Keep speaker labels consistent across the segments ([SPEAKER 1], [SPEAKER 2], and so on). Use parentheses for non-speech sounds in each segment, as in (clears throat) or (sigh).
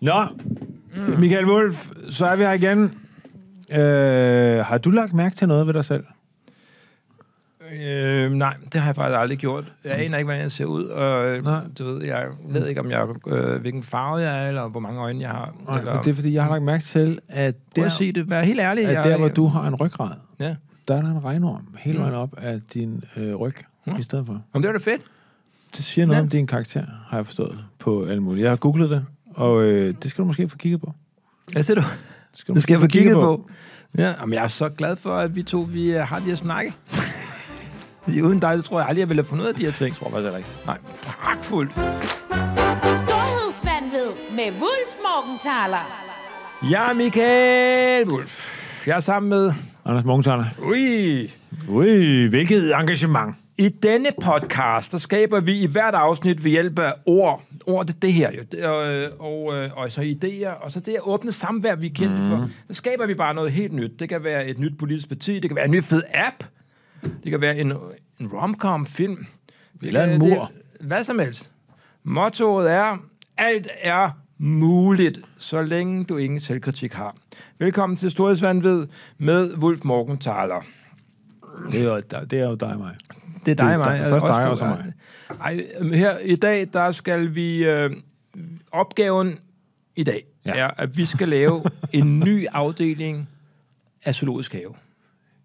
[SPEAKER 1] Nå, Mm. Michael Wolf, så er vi her igen. Øh, har du lagt mærke til noget ved dig selv?
[SPEAKER 2] Øh, nej, det har jeg faktisk aldrig gjort. Jeg aner ikke, hvordan jeg ser ud, og øh,
[SPEAKER 1] Nej.
[SPEAKER 2] du ved, jeg ved ikke, om jeg, øh, hvilken farve jeg er, eller hvor mange øjne jeg har.
[SPEAKER 1] Nej,
[SPEAKER 2] eller,
[SPEAKER 1] men det er, fordi jeg har lagt mærke til, at
[SPEAKER 2] Prøv
[SPEAKER 1] der,
[SPEAKER 2] at sige det. Vær helt ærlig.
[SPEAKER 1] at der hvor du har en ryggrad,
[SPEAKER 2] Ja.
[SPEAKER 1] der er der en regnorm hele
[SPEAKER 2] Mm.
[SPEAKER 1] vejen op af din øh, ryg
[SPEAKER 2] Mm.
[SPEAKER 1] i stedet for.
[SPEAKER 2] Om det var da fedt.
[SPEAKER 1] Det siger noget
[SPEAKER 2] Ja.
[SPEAKER 1] om din karakter, har jeg forstået, på alle mulige. Jeg har googlet det, og øh, det skal du måske få kigget på.
[SPEAKER 2] Hvad siger du?
[SPEAKER 1] skal, du
[SPEAKER 2] Det skal jeg få
[SPEAKER 1] måske
[SPEAKER 2] kigget på. Ja, jamen, jeg er så glad for, at vi to vi øh, har de her snakke. (laughs) Fordi Uden dig, tror jeg aldrig, jeg ville have fundet ud af de her ting. Jeg tror faktisk ikke. Nej, pragtfuldt.
[SPEAKER 3] Storhedsvandved med Wulf Morgenthaler.
[SPEAKER 2] Jeg er Michael Wolf. Jeg er sammen med...
[SPEAKER 1] Anders Morgenthaler.
[SPEAKER 2] Ui,
[SPEAKER 1] Ui, hvilket engagement.
[SPEAKER 2] I denne podcast, der skaber vi i hvert afsnit ved hjælp af ord. Ord, det er det her jo. Det, og, og, øh, og så idéer, og så det her åbne samvær, vi er kendte mm.
[SPEAKER 1] Mhm.
[SPEAKER 2] for. Så skaber vi bare noget helt nyt. Det kan være et nyt politisk parti, det kan være en ny fed app, det kan være en, en romcom film
[SPEAKER 1] Eller en mur.
[SPEAKER 2] hvad som helst. Mottoet er, alt er muligt, så længe du ingen selvkritik har. Velkommen til Storhedsvandved med Wolf Morgenthaler.
[SPEAKER 1] Det er, jo- det er jo dig og mig.
[SPEAKER 2] Det er dig
[SPEAKER 1] Det er
[SPEAKER 2] og mig.
[SPEAKER 1] dig- først
[SPEAKER 2] Os
[SPEAKER 1] dig,
[SPEAKER 2] to
[SPEAKER 1] og så
[SPEAKER 2] er
[SPEAKER 1] mig.
[SPEAKER 2] det. Ej, øhm, her i dag, der skal vi... Øh, opgaven i dag
[SPEAKER 1] Ja.
[SPEAKER 2] ja. er, at vi skal lave en ny afdeling af zoologisk have.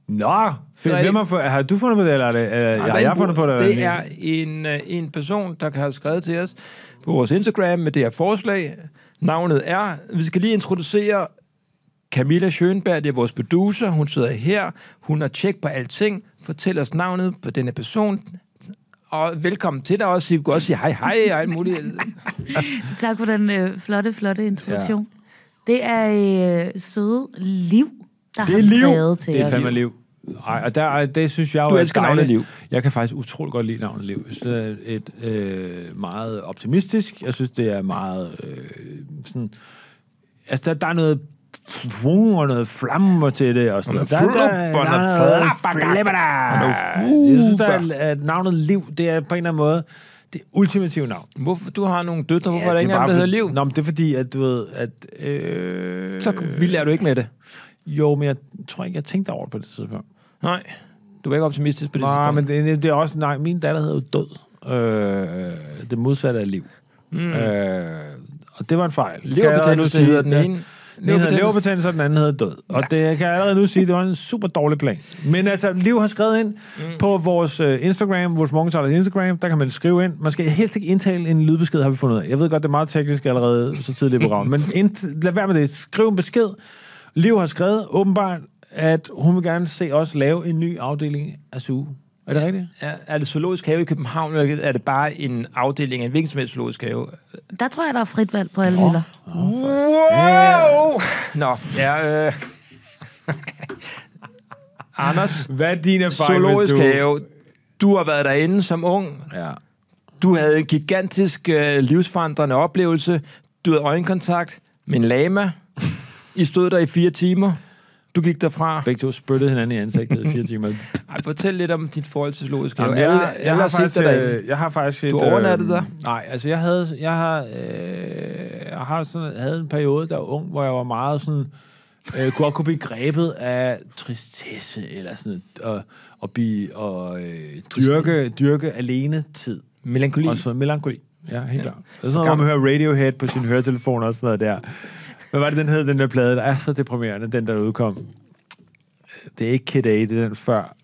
[SPEAKER 1] Nå,
[SPEAKER 2] er
[SPEAKER 1] fedt.
[SPEAKER 2] det-
[SPEAKER 1] Hvem har, fået, har du fundet på det, eller er det, eller,
[SPEAKER 2] der
[SPEAKER 1] har
[SPEAKER 2] er
[SPEAKER 1] jeg
[SPEAKER 2] en-
[SPEAKER 1] fundet på det? eller
[SPEAKER 2] Det er en, øh, en person, der har skrevet til os på vores Instagram med det her forslag. Navnet er... Vi skal lige introducere Camilla Schönberg, det er vores producer. Hun sidder her. Hun har tjek på alting. Fortæl os navnet på denne person. Og velkommen til dig også. I kan også sige hej, hej og alt muligt.
[SPEAKER 4] Tak for den øh, flotte, flotte introduktion. Ja. Det er øh, søde Liv, der
[SPEAKER 1] Det
[SPEAKER 4] har
[SPEAKER 1] er liv.
[SPEAKER 4] skrevet til
[SPEAKER 1] Det er
[SPEAKER 4] os.
[SPEAKER 1] fandme liv. Ej, og der, det synes jeg
[SPEAKER 2] Du
[SPEAKER 1] jo er
[SPEAKER 2] elsker navnet
[SPEAKER 1] dejligt.
[SPEAKER 2] Liv.
[SPEAKER 1] Jeg kan faktisk utrolig godt lide navnet Liv. Jeg synes, det er et, øh, meget optimistisk. Jeg synes, det er meget... Øh, sådan, altså, der, der er noget fung og noget flammer til det. Og sådan
[SPEAKER 2] Og
[SPEAKER 1] noget.
[SPEAKER 2] noget
[SPEAKER 1] Der- der-
[SPEAKER 2] flup
[SPEAKER 1] der
[SPEAKER 2] og
[SPEAKER 1] er
[SPEAKER 2] noget
[SPEAKER 1] noget
[SPEAKER 2] flabbergat.
[SPEAKER 1] flabbergat.
[SPEAKER 2] Og noget
[SPEAKER 1] Jeg synes, der
[SPEAKER 2] fuber.
[SPEAKER 1] er, at navnet Liv, det er på en eller anden måde det ultimative navn.
[SPEAKER 2] Hvorfor du har nogle døtre? Hvorfor ja, er der
[SPEAKER 1] det
[SPEAKER 2] ingen af dem, der
[SPEAKER 1] for-
[SPEAKER 2] hedder Liv?
[SPEAKER 1] Nå, men det er fordi, at du ved, at... Øh,
[SPEAKER 2] Så vild er du ikke med det.
[SPEAKER 1] Jo, men jeg tror ikke, jeg tænkte over det på det tidspunkt.
[SPEAKER 2] Nej. Du er ikke optimistisk på det
[SPEAKER 1] Nej,
[SPEAKER 2] tidspunkt.
[SPEAKER 1] men det, det er også... Nej, min datter hedder jo død. Øh, det modsatte af liv. Mm. Øh, og det var en fejl. Kan jeg allerede nu
[SPEAKER 2] Leverbetændelse
[SPEAKER 1] sige,
[SPEAKER 2] hedder den
[SPEAKER 1] det-
[SPEAKER 2] ene.
[SPEAKER 1] Den ene hedder
[SPEAKER 2] Leverbetændelse.
[SPEAKER 1] leverbetændelse, og den anden hedder død. Og det kan jeg allerede nu sige, det var en super dårlig plan. Men altså, Liv har skrevet ind mm. på vores øh, Instagram, vores morgentalers Instagram, der kan man skrive ind. Man skal helst ikke indtale en lydbesked, har vi fundet ud af. Jeg ved godt, det er meget teknisk allerede så tidligt i programmet, (laughs) men ind, lad være med det. Skriv en besked. Liv har skrevet åbenbart, at hun vil gerne se os lave en ny afdeling af SU. Er det rigtigt?
[SPEAKER 2] Er, er det zoologisk have i København, eller er det bare en afdeling af en hvilken som helst zoologisk have?
[SPEAKER 4] Der tror jeg, der er frit valg på alle hylder.
[SPEAKER 2] Wow! Nå,
[SPEAKER 1] (laughs)
[SPEAKER 2] ja, øh. Anders,
[SPEAKER 1] Hvad er din erfaring,
[SPEAKER 2] zoologisk
[SPEAKER 1] hvis du...
[SPEAKER 2] have. Du har været derinde som ung.
[SPEAKER 1] Ja.
[SPEAKER 2] Du havde en gigantisk øh, livsforandrende oplevelse. Du havde øjenkontakt med en lama. I stod der i fire timer. Du gik derfra.
[SPEAKER 1] Begge to spyttede hinanden i ansigtet i (laughs) fire timer.
[SPEAKER 2] Ej, fortæl lidt om dit forhold til zoologisk have.
[SPEAKER 1] Jamen, jeg,
[SPEAKER 2] Alle-
[SPEAKER 1] jeg,
[SPEAKER 2] alle
[SPEAKER 1] jeg,
[SPEAKER 2] har
[SPEAKER 1] har
[SPEAKER 2] set
[SPEAKER 1] faktisk,
[SPEAKER 2] dig derinde.
[SPEAKER 1] øh, jeg har faktisk...
[SPEAKER 2] Du
[SPEAKER 1] et, øh,
[SPEAKER 2] overnattede der?
[SPEAKER 1] Nej, altså jeg havde, jeg har, øh, jeg har sådan, havde en periode, der var ung, hvor jeg var meget sådan... Øh, kunne også kunne blive grebet af tristesse, eller sådan noget, og, og, blive, og øh, dyrke, dyrke alene tid.
[SPEAKER 2] Melankoli.
[SPEAKER 1] Og så melankoli. Ja, helt klart. Og sådan noget, hvor man hører Radiohead på sin høretelefon og sådan noget der. Hvad var det, den hed, den der plade, der er så deprimerende, den der udkom? Det er ikke Kid A, det er den før.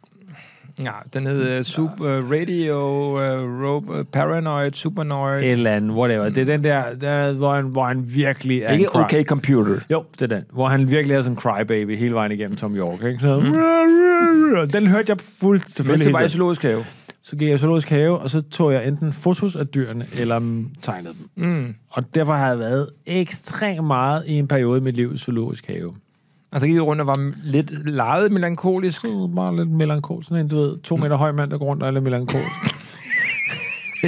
[SPEAKER 2] Ja, den hed uh, Super Radio, uh, Rope, uh, Paranoid, Supernoid.
[SPEAKER 1] Et eller andet, whatever. Det er den der, der hvor, han, hvor han virkelig er
[SPEAKER 2] Ikke
[SPEAKER 1] en cry-
[SPEAKER 2] okay computer.
[SPEAKER 1] Jo, det er den. Hvor han virkelig er sådan en crybaby hele vejen igennem Tom York. Ikke? Sådan, noget. Den hørte jeg fuldt
[SPEAKER 2] Mm. Men
[SPEAKER 1] selvfølgelig.
[SPEAKER 2] det var i
[SPEAKER 1] hele tiden.
[SPEAKER 2] zoologisk have.
[SPEAKER 1] Så gik jeg i zoologisk have, og så tog jeg enten fotos af dyrene, eller mm, tegnede dem.
[SPEAKER 2] Mm.
[SPEAKER 1] Og derfor har jeg været ekstremt meget i en periode i mit liv i zoologisk have.
[SPEAKER 2] Og så Altså, gik vi rundt og var lidt lejet melankolisk.
[SPEAKER 1] Så bare lidt melankol. Sådan en, du ved, to meter høj mand, der går rundt og er lidt melankol. (laughs)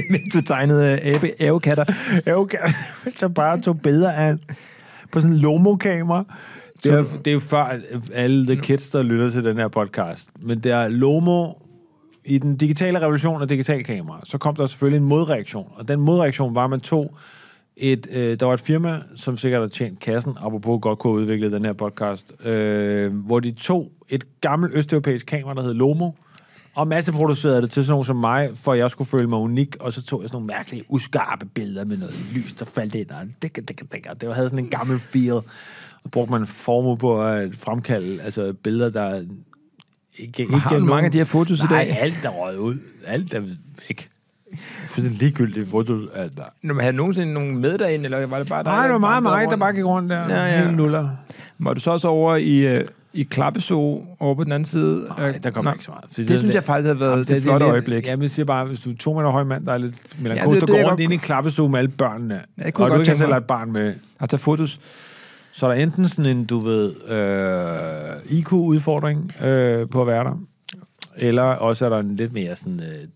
[SPEAKER 2] Men du tegnede øh, abe, ævekatter.
[SPEAKER 1] Ja, okay. Hvis jeg bare tog billeder af på sådan en lomo-kamera. Det er, det er jo før at alle the kids, der lytter til den her podcast. Men der er lomo i den digitale revolution og digital kamera. Så kom der selvfølgelig en modreaktion. Og den modreaktion var, at man tog et, øh, der var et firma, som sikkert har tjent kassen, apropos godt kunne have udviklet den her podcast, øh, hvor de tog et gammelt østeuropæisk kamera, der hed Lomo, og masseproducerede det til sådan nogen som mig, for at jeg skulle føle mig unik, og så tog jeg sådan nogle mærkelige, uskarpe billeder med noget lys, der faldt ind, og det, det, det, det, det havde sådan en gammel feel. Og brugte man en formue på at fremkalde altså billeder, der ikke, ikke
[SPEAKER 2] Har du
[SPEAKER 1] gav
[SPEAKER 2] mange af de her fotos i
[SPEAKER 1] Nej,
[SPEAKER 2] dag?
[SPEAKER 1] alt der røg ud. Alt er væk. For det er ligegyldigt foto. Altså.
[SPEAKER 2] Nå, men havde nogensinde nogen med derinde, eller var det bare dig?
[SPEAKER 1] Nej, det var
[SPEAKER 2] der
[SPEAKER 1] meget
[SPEAKER 2] vandrede
[SPEAKER 1] mig, der
[SPEAKER 2] rundt?
[SPEAKER 1] bare gik rundt der.
[SPEAKER 2] Ja, ja.
[SPEAKER 1] Helt nuller.
[SPEAKER 2] Var du så også over i, øh, i Klappeso, over på den anden side?
[SPEAKER 1] Nej, der kom
[SPEAKER 2] Nå.
[SPEAKER 1] ikke så meget. Fordi
[SPEAKER 2] Det, det synes jeg faktisk havde været et flot øjeblik.
[SPEAKER 1] Jamen, jeg siger bare, hvis du er to meter høj mand, der er lidt
[SPEAKER 2] det
[SPEAKER 1] melankolsk,
[SPEAKER 2] er
[SPEAKER 1] ja, der
[SPEAKER 2] det, jeg
[SPEAKER 1] går rundt
[SPEAKER 2] godt-
[SPEAKER 1] ind i klappestue med alle børnene,
[SPEAKER 2] Ja,
[SPEAKER 1] ja,
[SPEAKER 2] det
[SPEAKER 1] det
[SPEAKER 2] kunne
[SPEAKER 1] og
[SPEAKER 2] jeg
[SPEAKER 1] du
[SPEAKER 2] godt
[SPEAKER 1] ikke har
[SPEAKER 2] tænke
[SPEAKER 1] selv
[SPEAKER 2] mig.
[SPEAKER 1] et barn med,
[SPEAKER 2] At tage fotos.
[SPEAKER 1] så er der enten sådan en, du ved, øh, IQ-udfordring øh, på at være der, eller også er der en lidt mere sådan... Øh,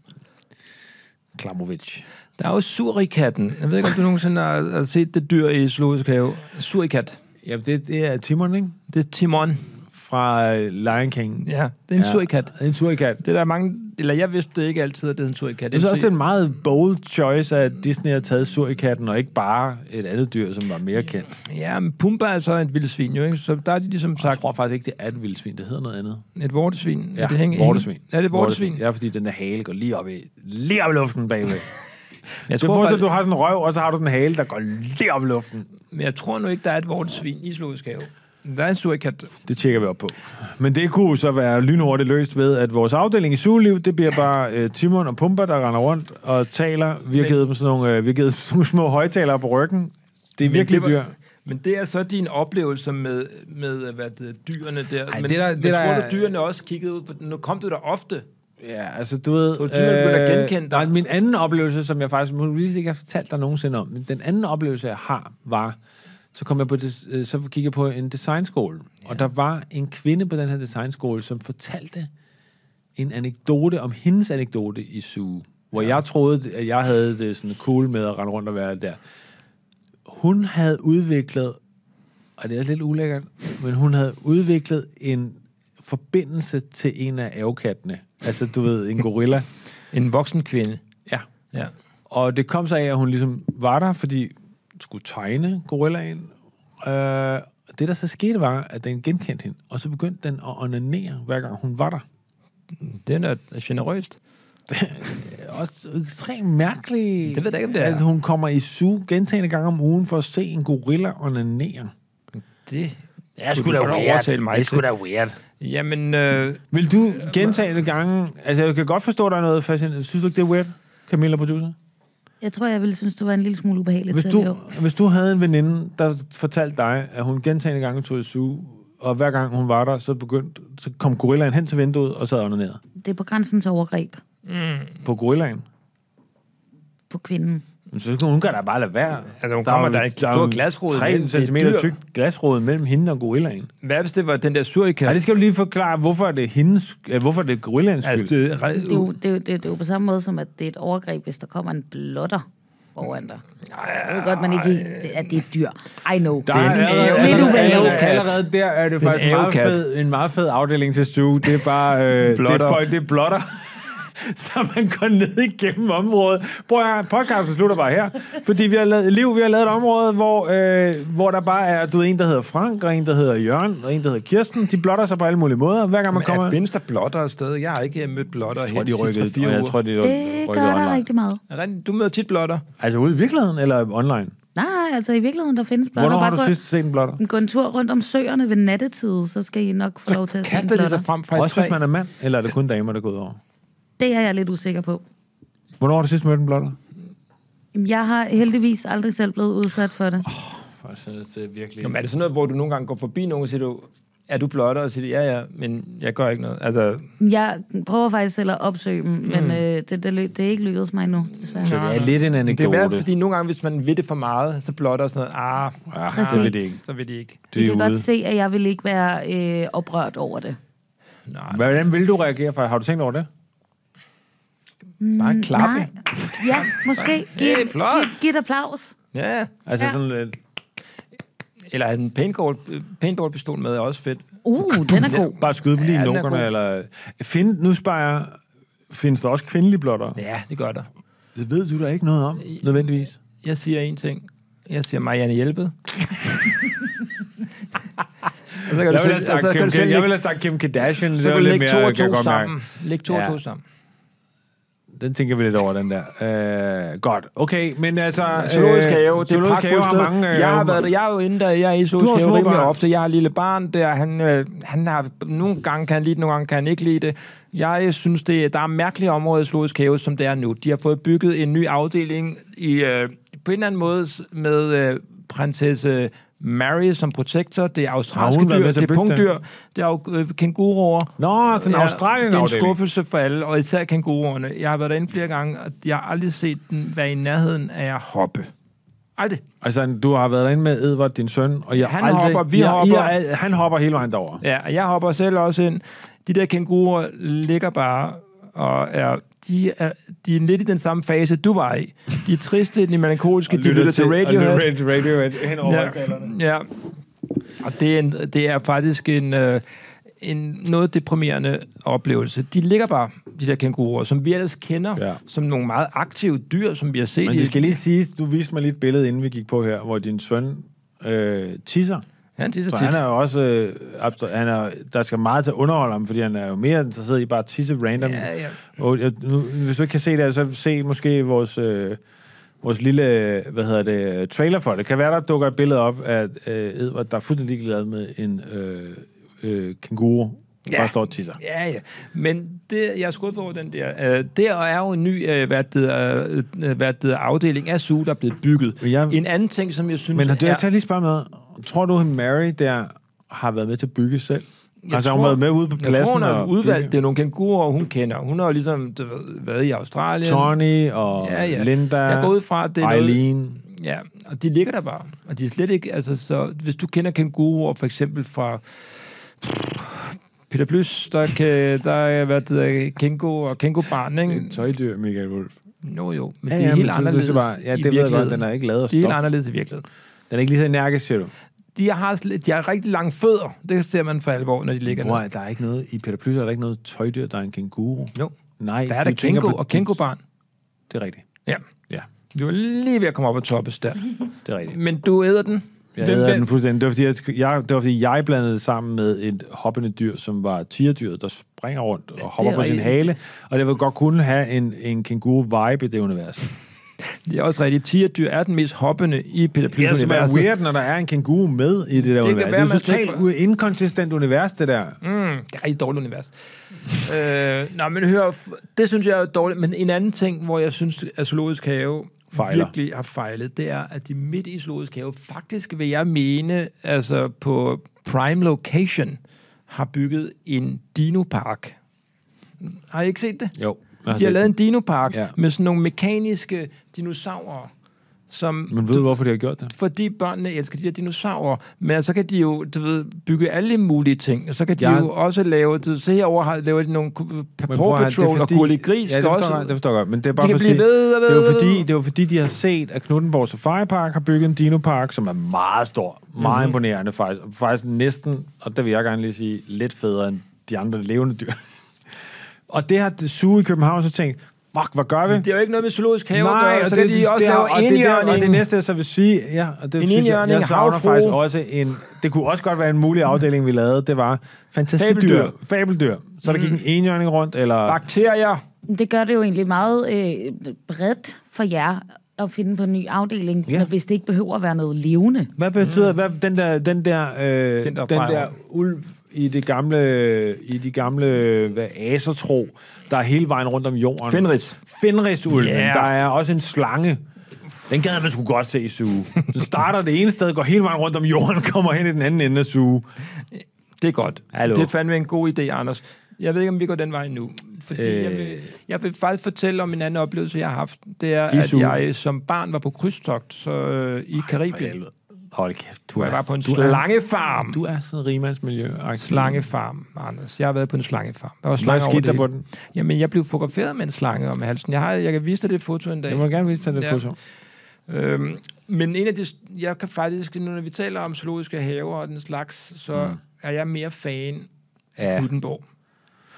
[SPEAKER 1] Klamovic.
[SPEAKER 2] Der er jo surikatten. Jeg ved ikke, om du nogensinde har, har set det dyr i zoologisk have. Surikat.
[SPEAKER 1] Jamen, det, det er Timon, ikke?
[SPEAKER 2] Det er Timon.
[SPEAKER 1] Fra øh, Lion King.
[SPEAKER 2] Ja, det er en ja. surikat.
[SPEAKER 1] En surikat.
[SPEAKER 2] Det er der mange... Eller jeg vidste det ikke altid, at det er en surikat.
[SPEAKER 1] Det er så også
[SPEAKER 2] en...
[SPEAKER 1] en meget bold choice, at Disney har taget surikatten, og ikke bare et andet dyr, som var mere kendt.
[SPEAKER 2] Ja, men Pumba er så et vildt svin, jo ikke? Så der er de ligesom
[SPEAKER 1] Jeg
[SPEAKER 2] sagt
[SPEAKER 1] tror faktisk ikke, det er et vildsvin. Det hedder noget andet.
[SPEAKER 2] et vortesvin.
[SPEAKER 1] Ja,
[SPEAKER 2] er det hænge-
[SPEAKER 1] vortesvin.
[SPEAKER 2] Er det vortesvin?
[SPEAKER 1] Ja, fordi den der hale går lige op i, lige op i luften bagved.
[SPEAKER 2] (laughs) Jeg
[SPEAKER 1] Jeg tror,
[SPEAKER 2] tror,
[SPEAKER 1] forstår, at du
[SPEAKER 2] bare,
[SPEAKER 1] har sådan en røv, og så har du sådan en hale, der går lige op i luften.
[SPEAKER 2] men jeg tror nu ikke, der er et vortesvin i zoologisk have. Der er en surikat.
[SPEAKER 1] Det tjekker vi op på. Men det kunne så være lynhurtigt løst ved, at vores afdeling i Sugeliv, det bliver bare øh, Timon og Pumper, der render rundt og taler. Vi har
[SPEAKER 2] Men-
[SPEAKER 1] givet dem sådan nogle, øh, vi har givet dem sådan nogle små højtalere på ryggen. Det er virkelig
[SPEAKER 2] men det
[SPEAKER 1] dyr.
[SPEAKER 2] var- Men det er så din oplevelse med, med hvad det, hedder, dyrene der. Ej, men,
[SPEAKER 1] det der-
[SPEAKER 2] men
[SPEAKER 1] det
[SPEAKER 2] tror
[SPEAKER 1] der-
[SPEAKER 2] du, dyrene også kiggede ud på den? Nu kom du der ofte.
[SPEAKER 1] Ja, altså du ved...
[SPEAKER 2] du, dyrene begynder at genkende dig?
[SPEAKER 1] der er min anden oplevelse, som jeg faktisk muligvis ikke har fortalt dig nogensinde om, men den anden oplevelse, jeg har, var, så kom jeg på, des, øh, så kiggede jeg på en designskole, ja. og der var en kvinde på den her designskole, som fortalte en anekdote om hendes anekdote i SU, hvor ja. jeg troede, at jeg havde det sådan cool med at rende rundt og være der. Hun havde udviklet, og det er lidt ulækkert, men hun havde udviklet en forbindelse til en af avokattene. Altså, du ved, en gorilla.
[SPEAKER 2] En voksen kvinde.
[SPEAKER 1] Ja.
[SPEAKER 2] (laughs) Ja.
[SPEAKER 1] Og det kom så af, at hun ligesom var der, fordi hun skulle tegne gorillaen. Øh, og det, der så skete, var, at den genkendte hende, og så begyndte den at onanere, hver gang hun var der.
[SPEAKER 2] Den er generøst.
[SPEAKER 1] Også ekstremt mærkeligt,
[SPEAKER 2] Det ved jeg ikke, om det er.
[SPEAKER 1] at hun kommer i su gentagende gange om ugen for at se en gorilla onanere.
[SPEAKER 2] Det
[SPEAKER 5] Jeg
[SPEAKER 2] Kunne
[SPEAKER 5] skulle
[SPEAKER 2] du
[SPEAKER 5] da
[SPEAKER 2] godt overtale
[SPEAKER 5] weird.
[SPEAKER 2] mig
[SPEAKER 5] Det
[SPEAKER 2] til-
[SPEAKER 5] skulle da weird.
[SPEAKER 2] Jamen, øh,
[SPEAKER 1] Vil du gentagende gange... Altså, jeg kan godt forstå, at der er noget fascinerende. Synes du ikke, det er weird, Camilla producer?
[SPEAKER 4] Jeg tror, jeg ville synes, det var en lille smule ubehageligt
[SPEAKER 1] Hvis
[SPEAKER 4] til at lave.
[SPEAKER 1] du, hvis du havde en veninde, der fortalte dig, at hun gentagende gange tog i suge, og hver gang hun var der, så, begyndte, så kom gorillaen hen til vinduet og sad under ned
[SPEAKER 4] Det er på grænsen til overgreb
[SPEAKER 1] på gorillaen.
[SPEAKER 4] på kvinden.
[SPEAKER 1] Men så skulle hun kan da bare lade være. Altså,
[SPEAKER 2] hun kommer, der er et stort glasrude imellem. Det
[SPEAKER 1] 3
[SPEAKER 2] er
[SPEAKER 1] cm
[SPEAKER 2] dyr.
[SPEAKER 1] tyk glasråd mellem hende og gorillaen.
[SPEAKER 2] hvad hvis det var den der surikat?
[SPEAKER 1] Ja, det skal du lige forklare, hvorfor er det hendes, øh, hvorfor er det gorillaens skyld?
[SPEAKER 2] altså, det, er
[SPEAKER 4] Det er, jo,
[SPEAKER 2] re-
[SPEAKER 4] det, er jo, det, er- det er jo på samme måde som, at det er et overgreb, hvis der kommer en blotter foran dig. Jeg ved godt, man ikke helt- at det er et dyr. I know.
[SPEAKER 1] Der
[SPEAKER 4] det
[SPEAKER 1] er
[SPEAKER 4] er
[SPEAKER 1] allerede,
[SPEAKER 4] Lidt
[SPEAKER 1] allerede,
[SPEAKER 4] ubehageligt.
[SPEAKER 1] allerede, allerede der er det faktisk en meget,
[SPEAKER 2] avekat.
[SPEAKER 1] fed, en meget fed afdeling til Stu. Det er bare øh, det,
[SPEAKER 2] Blotter.
[SPEAKER 1] er folk, det er blotter. (laughs) så man går ned igennem området. Prøv at høre, podcasten slutter bare her. Fordi vi har lavet, Liv, vi har lavet et område, hvor, øh, hvor der bare er du ved, en, der hedder Frank, og en, der hedder Jørgen, og en, der hedder Kirsten. De blotter sig på alle mulige måder, hver gang man
[SPEAKER 2] man
[SPEAKER 1] kommer.
[SPEAKER 2] kommer... findes der blotter afsted? Jeg har ikke øh, mødt blotter jeg
[SPEAKER 1] tror, de rykkede,
[SPEAKER 2] fire
[SPEAKER 1] og
[SPEAKER 2] uger.
[SPEAKER 1] jeg tror, de
[SPEAKER 4] Det gør der rigtig meget.
[SPEAKER 2] Ren, du møder tit blotter.
[SPEAKER 1] Altså ude i virkeligheden, eller online?
[SPEAKER 4] Nej, nej, altså i virkeligheden, der findes blotter.
[SPEAKER 1] Hvornår har
[SPEAKER 4] Bare
[SPEAKER 1] du
[SPEAKER 4] gå,
[SPEAKER 1] sidst set en blotter?
[SPEAKER 4] gå en tur rundt om søerne ved nattetid, så skal I nok få lov til at se en
[SPEAKER 2] Kaster de
[SPEAKER 4] blotter.
[SPEAKER 2] sig frem fra et
[SPEAKER 1] Også
[SPEAKER 2] træ?
[SPEAKER 1] hvis man er mand, eller er det kun damer, der går ud over?
[SPEAKER 4] Det er jeg lidt usikker på.
[SPEAKER 1] Hvornår har du sidst mødt en blotter?
[SPEAKER 4] Jamen, Jeg har heldigvis aldrig selv blevet udsat for det.
[SPEAKER 1] Det er virkelig...
[SPEAKER 2] Jamen, er det sådan noget, hvor du nogle gange går forbi nogen og siger, du, er du blotter? Og siger, de, ja, ja, men jeg gør ikke noget. Altså,
[SPEAKER 4] Jeg prøver faktisk selv at opsøge dem, men øh, det, det, lø- det er ikke lykkedes mig endnu, desværre.
[SPEAKER 1] Så det er lidt en
[SPEAKER 2] det er
[SPEAKER 1] anekdote.
[SPEAKER 2] værd, fordi nogle gange, hvis man ved det for meget, så blotter og sådan noget. Ah,
[SPEAKER 1] Ja,
[SPEAKER 4] Præcis.
[SPEAKER 1] det ved det ikke.
[SPEAKER 2] så ved de ikke.
[SPEAKER 1] Det
[SPEAKER 4] De
[SPEAKER 1] er
[SPEAKER 4] kan
[SPEAKER 1] ude.
[SPEAKER 4] godt se, at jeg vil ikke være øh, oprørt over det.
[SPEAKER 2] Nej,
[SPEAKER 1] Hvordan vil du reagere for? Har du tænkt over det?
[SPEAKER 2] bare en klappe.
[SPEAKER 4] Mm, Nej. Ja, måske. Giv,
[SPEAKER 2] Det er flot.
[SPEAKER 4] giv, giv et applaus.
[SPEAKER 2] Ja,
[SPEAKER 1] Altså
[SPEAKER 4] Ja.
[SPEAKER 1] ja. sådan lidt...
[SPEAKER 2] eller en paintball, paintballpistol med er også fedt.
[SPEAKER 4] Uh, den er god.
[SPEAKER 1] Bare skyde dem lige
[SPEAKER 2] Ja,
[SPEAKER 1] ja, i
[SPEAKER 2] den er god.
[SPEAKER 1] nukkerne, eller... Find, nu spørger jeg, findes der også kvindelige blotter?
[SPEAKER 2] Ja, det gør der.
[SPEAKER 1] Det ved du da ikke noget om, nødvendigvis.
[SPEAKER 2] Jeg siger én ting. Jeg siger Marianne
[SPEAKER 1] (laughs)
[SPEAKER 2] Hjelpet. og
[SPEAKER 1] Jeg
[SPEAKER 2] så kan du
[SPEAKER 1] ville have
[SPEAKER 2] selv, og så
[SPEAKER 1] sagt,
[SPEAKER 2] kan
[SPEAKER 1] Kim,
[SPEAKER 2] du selv
[SPEAKER 1] Kim, jeg ville
[SPEAKER 2] lægge,
[SPEAKER 1] have sagt Kim Kardashian. det
[SPEAKER 2] så
[SPEAKER 1] var
[SPEAKER 2] kan du
[SPEAKER 1] lidt
[SPEAKER 2] lægge
[SPEAKER 1] mere,
[SPEAKER 2] to og
[SPEAKER 1] kan jeg
[SPEAKER 2] to
[SPEAKER 1] godt mærke.
[SPEAKER 2] sammen. Lægge to og
[SPEAKER 1] Ja.
[SPEAKER 2] to sammen.
[SPEAKER 1] Den tænker vi lidt over, den der. Øh, godt, okay, men altså...
[SPEAKER 2] Zoologisk
[SPEAKER 1] øh,
[SPEAKER 2] have, det er et
[SPEAKER 1] zoologisk have
[SPEAKER 2] pragtfuldt
[SPEAKER 1] har
[SPEAKER 2] sted.
[SPEAKER 1] mange, øh,
[SPEAKER 2] jeg, har været der, jeg er jo inde der, jeg er i
[SPEAKER 1] har
[SPEAKER 2] zoologisk
[SPEAKER 1] små
[SPEAKER 2] have rimelig
[SPEAKER 1] børn.
[SPEAKER 2] ofte. Jeg har et lille barn der, han, øh, han har, nogle gange kan han lide det, nogle gange kan han ikke lide det. Jeg øh, synes, det, der er mærkelige områder i zoologisk have, som det er nu. De har fået bygget en ny afdeling i, øh, på en eller anden måde s- med øh, prinsesse Mary som protektor. Det er australske
[SPEAKER 1] hun været
[SPEAKER 2] dyr,
[SPEAKER 1] med til
[SPEAKER 2] det
[SPEAKER 1] at
[SPEAKER 2] er
[SPEAKER 1] bygge den?
[SPEAKER 2] punktdyr, det er jo øh, kænguruer.
[SPEAKER 1] Nå, sådan en
[SPEAKER 2] Det er en
[SPEAKER 1] Australien-afdeling.
[SPEAKER 2] skuffelse for alle, og især kænguruerne. Jeg har været derinde flere gange, og jeg har aldrig set den være i nærheden af at hoppe. Aldrig.
[SPEAKER 1] Altså, du har været inde med Edvard, din søn, og jeg
[SPEAKER 2] Han
[SPEAKER 1] aldrig,
[SPEAKER 2] hopper, vi
[SPEAKER 1] jeg,
[SPEAKER 2] hopper.
[SPEAKER 1] Jeg, jeg, han hopper hele vejen derover.
[SPEAKER 2] Ja, og jeg hopper selv også ind. De der kænguruer ligger bare og er, de, er, de er lidt i den samme fase, du var i. De er triste, de er melankolske, de lytter til Radiohead.
[SPEAKER 1] radio, radio, radio hen over
[SPEAKER 2] ja. ja. Og det er, en, det er faktisk en, øh, en noget deprimerende oplevelse. De ligger bare, de der kænguruer, som vi ellers kender,
[SPEAKER 1] Ja.
[SPEAKER 2] ja. som nogle meget aktive dyr, som vi har set.
[SPEAKER 1] Men
[SPEAKER 2] i-
[SPEAKER 1] det skal lige siges, du viste mig lige et billede, inden vi gik på her, hvor din søn øh, tisser.
[SPEAKER 2] Ja, det er
[SPEAKER 1] Så
[SPEAKER 2] tit.
[SPEAKER 1] han er jo også... Øh, abstra- han er, der skal meget til at underholde ham, fordi han er jo mere interesseret i bare at tisse random.
[SPEAKER 2] Ja, ja.
[SPEAKER 1] Og jeg, nu, hvis du ikke kan se det, så se måske vores, øh, vores lille øh, hvad hedder det, trailer for det. Kan være, der dukker et billede op af øh, Edward, der er fuldstændig ligeglad med en øh, øh, kænguru, ja.
[SPEAKER 2] Ja.
[SPEAKER 1] der står og tisser.
[SPEAKER 2] Ja, ja. Men det, jeg er skuffet over den der. Øh, der er jo en ny øh, hvad det, hedder, øh, hvad det hedder, afdeling af SU, der er blevet bygget.
[SPEAKER 1] Men jeg-
[SPEAKER 2] En anden ting, som jeg synes
[SPEAKER 1] Men har du,
[SPEAKER 2] er...
[SPEAKER 1] jeg tager lige spørge med, tror du, at Mary der har været med til at bygge selv? Jeg
[SPEAKER 2] Jeg
[SPEAKER 1] altså, tror, hun har været med ude på pladsen
[SPEAKER 2] Jeg tror, hun har
[SPEAKER 1] og
[SPEAKER 2] udvalgt
[SPEAKER 1] bygge?
[SPEAKER 2] det er nogle kænguruer, hun kender. Hun har jo ligesom du ved, været i Australien.
[SPEAKER 1] Tony og ja,
[SPEAKER 2] Ja,
[SPEAKER 1] ja.
[SPEAKER 2] ja.
[SPEAKER 1] Linda,
[SPEAKER 2] Jeg går ud fra, at det er noget-
[SPEAKER 1] Eileen.
[SPEAKER 2] Ja, og de ligger der bare. Og de er slet ikke... Altså, så, hvis du kender kænguruer for eksempel fra... Peter Plys, der, kan, der er, hvad det hedder, Kengo og Kengo Barn,
[SPEAKER 1] Det er et
[SPEAKER 2] ikke?
[SPEAKER 1] tøjdyr, Michael Wolf.
[SPEAKER 2] Jo, jo, men
[SPEAKER 1] Ja,
[SPEAKER 2] det er
[SPEAKER 1] ja, men
[SPEAKER 2] helt
[SPEAKER 1] det- det er
[SPEAKER 2] anderledes
[SPEAKER 1] bare- ja,
[SPEAKER 2] i
[SPEAKER 1] det ved jeg godt,
[SPEAKER 2] virkeligheden.
[SPEAKER 1] den er ikke lavet af
[SPEAKER 2] Det er helt
[SPEAKER 1] stof.
[SPEAKER 2] anderledes i virkeligheden.
[SPEAKER 1] Den er ikke lige så energisk, siger du.
[SPEAKER 2] De har, slet- de har rigtig lange fødder. Det ser man for alvor, når de ligger
[SPEAKER 1] Bror,
[SPEAKER 2] ned.
[SPEAKER 1] der er ikke noget, i Peter Plys er der ikke noget tøjdyr, der er en kænguru.
[SPEAKER 2] Jo,
[SPEAKER 1] Nej,
[SPEAKER 2] der er
[SPEAKER 1] du
[SPEAKER 2] der
[SPEAKER 1] tænker
[SPEAKER 2] Kengo
[SPEAKER 1] på-
[SPEAKER 2] og Kengo-barn.
[SPEAKER 1] Det er rigtigt.
[SPEAKER 2] Ja,
[SPEAKER 1] Ja,
[SPEAKER 2] vi var lige ved at komme op og toppes der.
[SPEAKER 1] det er rigtigt.
[SPEAKER 2] Men du æder den.
[SPEAKER 1] Jeg
[SPEAKER 2] Hvem-
[SPEAKER 1] Hvem,
[SPEAKER 2] hvem-
[SPEAKER 1] den fuldstændig. Det var, fordi jeg, jeg, det var, fordi jeg blandede det sammen med et hoppende dyr, som var tigerdyret, der springer rundt og hopper på sin
[SPEAKER 2] rigtigt.
[SPEAKER 1] hale. Og det vil godt kunne have en, en kænguru-vibe i det univers.
[SPEAKER 2] Det er også rigtigt. Tigerdyr er den mest hoppende i Peter Plys
[SPEAKER 1] Det er
[SPEAKER 2] universet.
[SPEAKER 1] weird, når der er en kænguru med i det der det univers.
[SPEAKER 2] være,
[SPEAKER 1] det er jo
[SPEAKER 2] man
[SPEAKER 1] totalt
[SPEAKER 2] tænker-
[SPEAKER 1] u- inkonsistent univers, det der.
[SPEAKER 2] Mm, det er et rigtig dårligt univers. øh, nå, men hør, f- det synes jeg er dårligt. Men en anden ting, hvor jeg synes, at Zoologisk Have
[SPEAKER 1] Fejler.
[SPEAKER 2] Fejler. virkelig har fejlet, det er, at de midt i Zoologisk Have faktisk, vil jeg mene, altså på prime location, har bygget en dinopark. Har I ikke set det?
[SPEAKER 1] Jo. altså,
[SPEAKER 2] De har lavet en dinopark
[SPEAKER 1] Ja.
[SPEAKER 2] ja. med sådan nogle mekaniske dinosaurer, som
[SPEAKER 1] Men ved du, hvorfor de har gjort det?
[SPEAKER 2] fordi børnene elsker de der dinosaurer. Men så kan de jo du ved, bygge alle mulige ting. Og så kan de
[SPEAKER 1] Jeg-
[SPEAKER 2] ja. jo også lave... Du, se herovre har, laver de nogle ku-
[SPEAKER 1] Men
[SPEAKER 2] Paw
[SPEAKER 1] prøv at-
[SPEAKER 2] Patrol og Gulli Gris.
[SPEAKER 1] Ja, det
[SPEAKER 2] skal
[SPEAKER 1] forstår, jeg,
[SPEAKER 2] også,
[SPEAKER 1] godt, det forstår jeg godt, men det er bare
[SPEAKER 2] de kan
[SPEAKER 1] for at sige-
[SPEAKER 2] blive ved og ved
[SPEAKER 1] det var
[SPEAKER 2] og
[SPEAKER 1] fordi,
[SPEAKER 2] ved.
[SPEAKER 1] det var fordi, de har set, at Knuttenborg Safari Park har bygget en dinopark, som er meget stor, meget mm-hmm. imponerende faktisk. Og Faktisk næsten, og det vil jeg gerne lige sige, lidt federe end de andre levende dyr. (laughs) og det har det suge i København så tænkt, fuck, hvad gør vi?
[SPEAKER 2] Det er jo ikke noget med zoologisk have
[SPEAKER 1] Nej,
[SPEAKER 2] at gøre,
[SPEAKER 1] og
[SPEAKER 2] så
[SPEAKER 1] det,
[SPEAKER 2] kan de også
[SPEAKER 1] det,
[SPEAKER 2] lave
[SPEAKER 1] og det, der, og det
[SPEAKER 2] indjørning.
[SPEAKER 1] næste, jeg så vil sige, ja, og det
[SPEAKER 2] En
[SPEAKER 1] synes jeg, jeg
[SPEAKER 2] indjørning,
[SPEAKER 1] savner
[SPEAKER 2] havfrue.
[SPEAKER 1] faktisk også en, det kunne også godt være en mulig afdeling, vi lavede, det var fantasidyr,
[SPEAKER 2] Fabeldyr. Mm.
[SPEAKER 1] fabeldyr. Så der gik en enhjørning rundt, eller...
[SPEAKER 2] Bakterier.
[SPEAKER 4] Det gør det jo egentlig meget øh, bredt for jer at finde på en ny afdeling,
[SPEAKER 1] Ja.
[SPEAKER 4] ja. hvis det ikke behøver at være noget levende.
[SPEAKER 1] Hvad betyder mm. hvad, den der den der øh, den
[SPEAKER 2] Den
[SPEAKER 1] der, den
[SPEAKER 2] der peger.
[SPEAKER 1] der ulv i det gamle i de gamle hvad asertro der er hele vejen rundt om jorden.
[SPEAKER 2] Fenris.
[SPEAKER 1] Fenrisulven.
[SPEAKER 2] Ja.
[SPEAKER 1] Yeah. Der er også en slange. Den gad man sgu godt se i suge. Den starter det ene sted, går hele vejen rundt om jorden, (laughs) kommer hen i den anden ende af suge.
[SPEAKER 2] Det er godt.
[SPEAKER 1] Hallo.
[SPEAKER 2] Det er fandme en god idé, Anders. Jeg ved ikke, om vi går den vej nu. Fordi øh... jeg, vil, jeg vil faktisk fortælle om en anden oplevelse, jeg har haft. Det er, at
[SPEAKER 1] Isu.
[SPEAKER 2] jeg som barn var på krydstogt så, øh, i Karibien.
[SPEAKER 1] Hold kæft, du er,
[SPEAKER 2] Jeg var på en
[SPEAKER 1] du er,
[SPEAKER 2] slangefarm.
[SPEAKER 1] du er sådan en rimandsmiljø.
[SPEAKER 2] Slangefarm, Anders. Jeg har været på en slangefarm. Der var
[SPEAKER 1] Hvad
[SPEAKER 2] slanger over
[SPEAKER 1] skete
[SPEAKER 2] det.
[SPEAKER 1] der på
[SPEAKER 2] hele.
[SPEAKER 1] den?
[SPEAKER 2] Jamen, jeg blev fotograferet med en slange om halsen. Jeg, har, jeg kan vise dig det foto en dag.
[SPEAKER 1] Jeg må gerne vise dig det
[SPEAKER 2] Ja.
[SPEAKER 1] foto.
[SPEAKER 2] Øhm, men en af de... Jeg kan faktisk... nu, Når vi taler om zoologiske haver og den slags, så mm. er jeg mere fan af
[SPEAKER 1] Ja.
[SPEAKER 2] Gutenborg.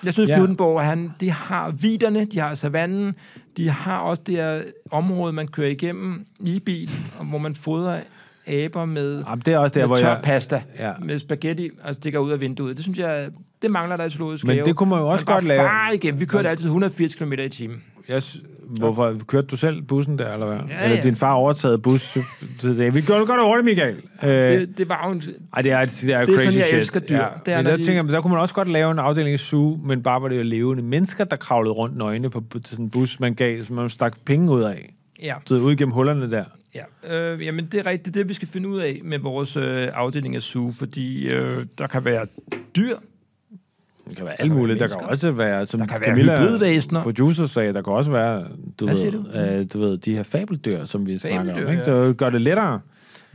[SPEAKER 2] Jeg synes,
[SPEAKER 1] Ja.
[SPEAKER 2] ja. Gutenborg, han, de har viderne, de har savannen, de har også det her område, man kører igennem i bil, og hvor man fodrer aber med,
[SPEAKER 1] Jamen, det er også Ah, der,
[SPEAKER 2] med
[SPEAKER 1] hvor
[SPEAKER 2] tør
[SPEAKER 1] jeg...
[SPEAKER 2] pasta,
[SPEAKER 1] Ja.
[SPEAKER 2] ja. med spaghetti, og stikker ud af vinduet. Det synes jeg, det mangler der i zoologisk
[SPEAKER 1] Men
[SPEAKER 2] have.
[SPEAKER 1] det kunne man jo også
[SPEAKER 2] bare
[SPEAKER 1] godt lave.
[SPEAKER 2] farer igennem. Vi kørte altid 180 km i timen.
[SPEAKER 1] Jeg, s- hvorfor kørte du selv bussen der, eller hvad? Ja,
[SPEAKER 2] ja.
[SPEAKER 1] Eller din far overtaget bus til det. Vi gør det godt og hurtigt, Michael. Øh, det,
[SPEAKER 2] Det, det var jo en,
[SPEAKER 1] ej, det er, det er,
[SPEAKER 2] det er
[SPEAKER 1] crazy
[SPEAKER 2] sådan, jeg
[SPEAKER 1] shit.
[SPEAKER 2] elsker dyr.
[SPEAKER 1] Ja.
[SPEAKER 2] Det er,
[SPEAKER 1] men
[SPEAKER 2] når
[SPEAKER 1] der,
[SPEAKER 2] de-
[SPEAKER 1] tænker, jeg, men der kunne man også godt lave en afdeling i zoo, men bare var det jo levende mennesker, der kravlede rundt nøgne på, på til sådan en bus, man gav, som man stak penge ud af.
[SPEAKER 2] ja.
[SPEAKER 1] Så ud gennem hullerne der.
[SPEAKER 2] Ja, øh, jamen det er rigtigt. Det, vi skal finde ud af med vores øh, afdeling af zoo, fordi øh, der kan være dyr,
[SPEAKER 1] Det kan være alt muligt. Der kan også være, som der
[SPEAKER 2] kan være
[SPEAKER 1] Camilla,
[SPEAKER 2] hybridvæsener.
[SPEAKER 1] producer sagde, der kan også være, du,
[SPEAKER 2] Hvad
[SPEAKER 1] ved,
[SPEAKER 2] siger
[SPEAKER 1] du? Øh, du ved, de her fabeldyr, som vi snakker om.
[SPEAKER 2] Fabeldyr,
[SPEAKER 1] Ikke?
[SPEAKER 2] ja.
[SPEAKER 1] Det gør det lettere.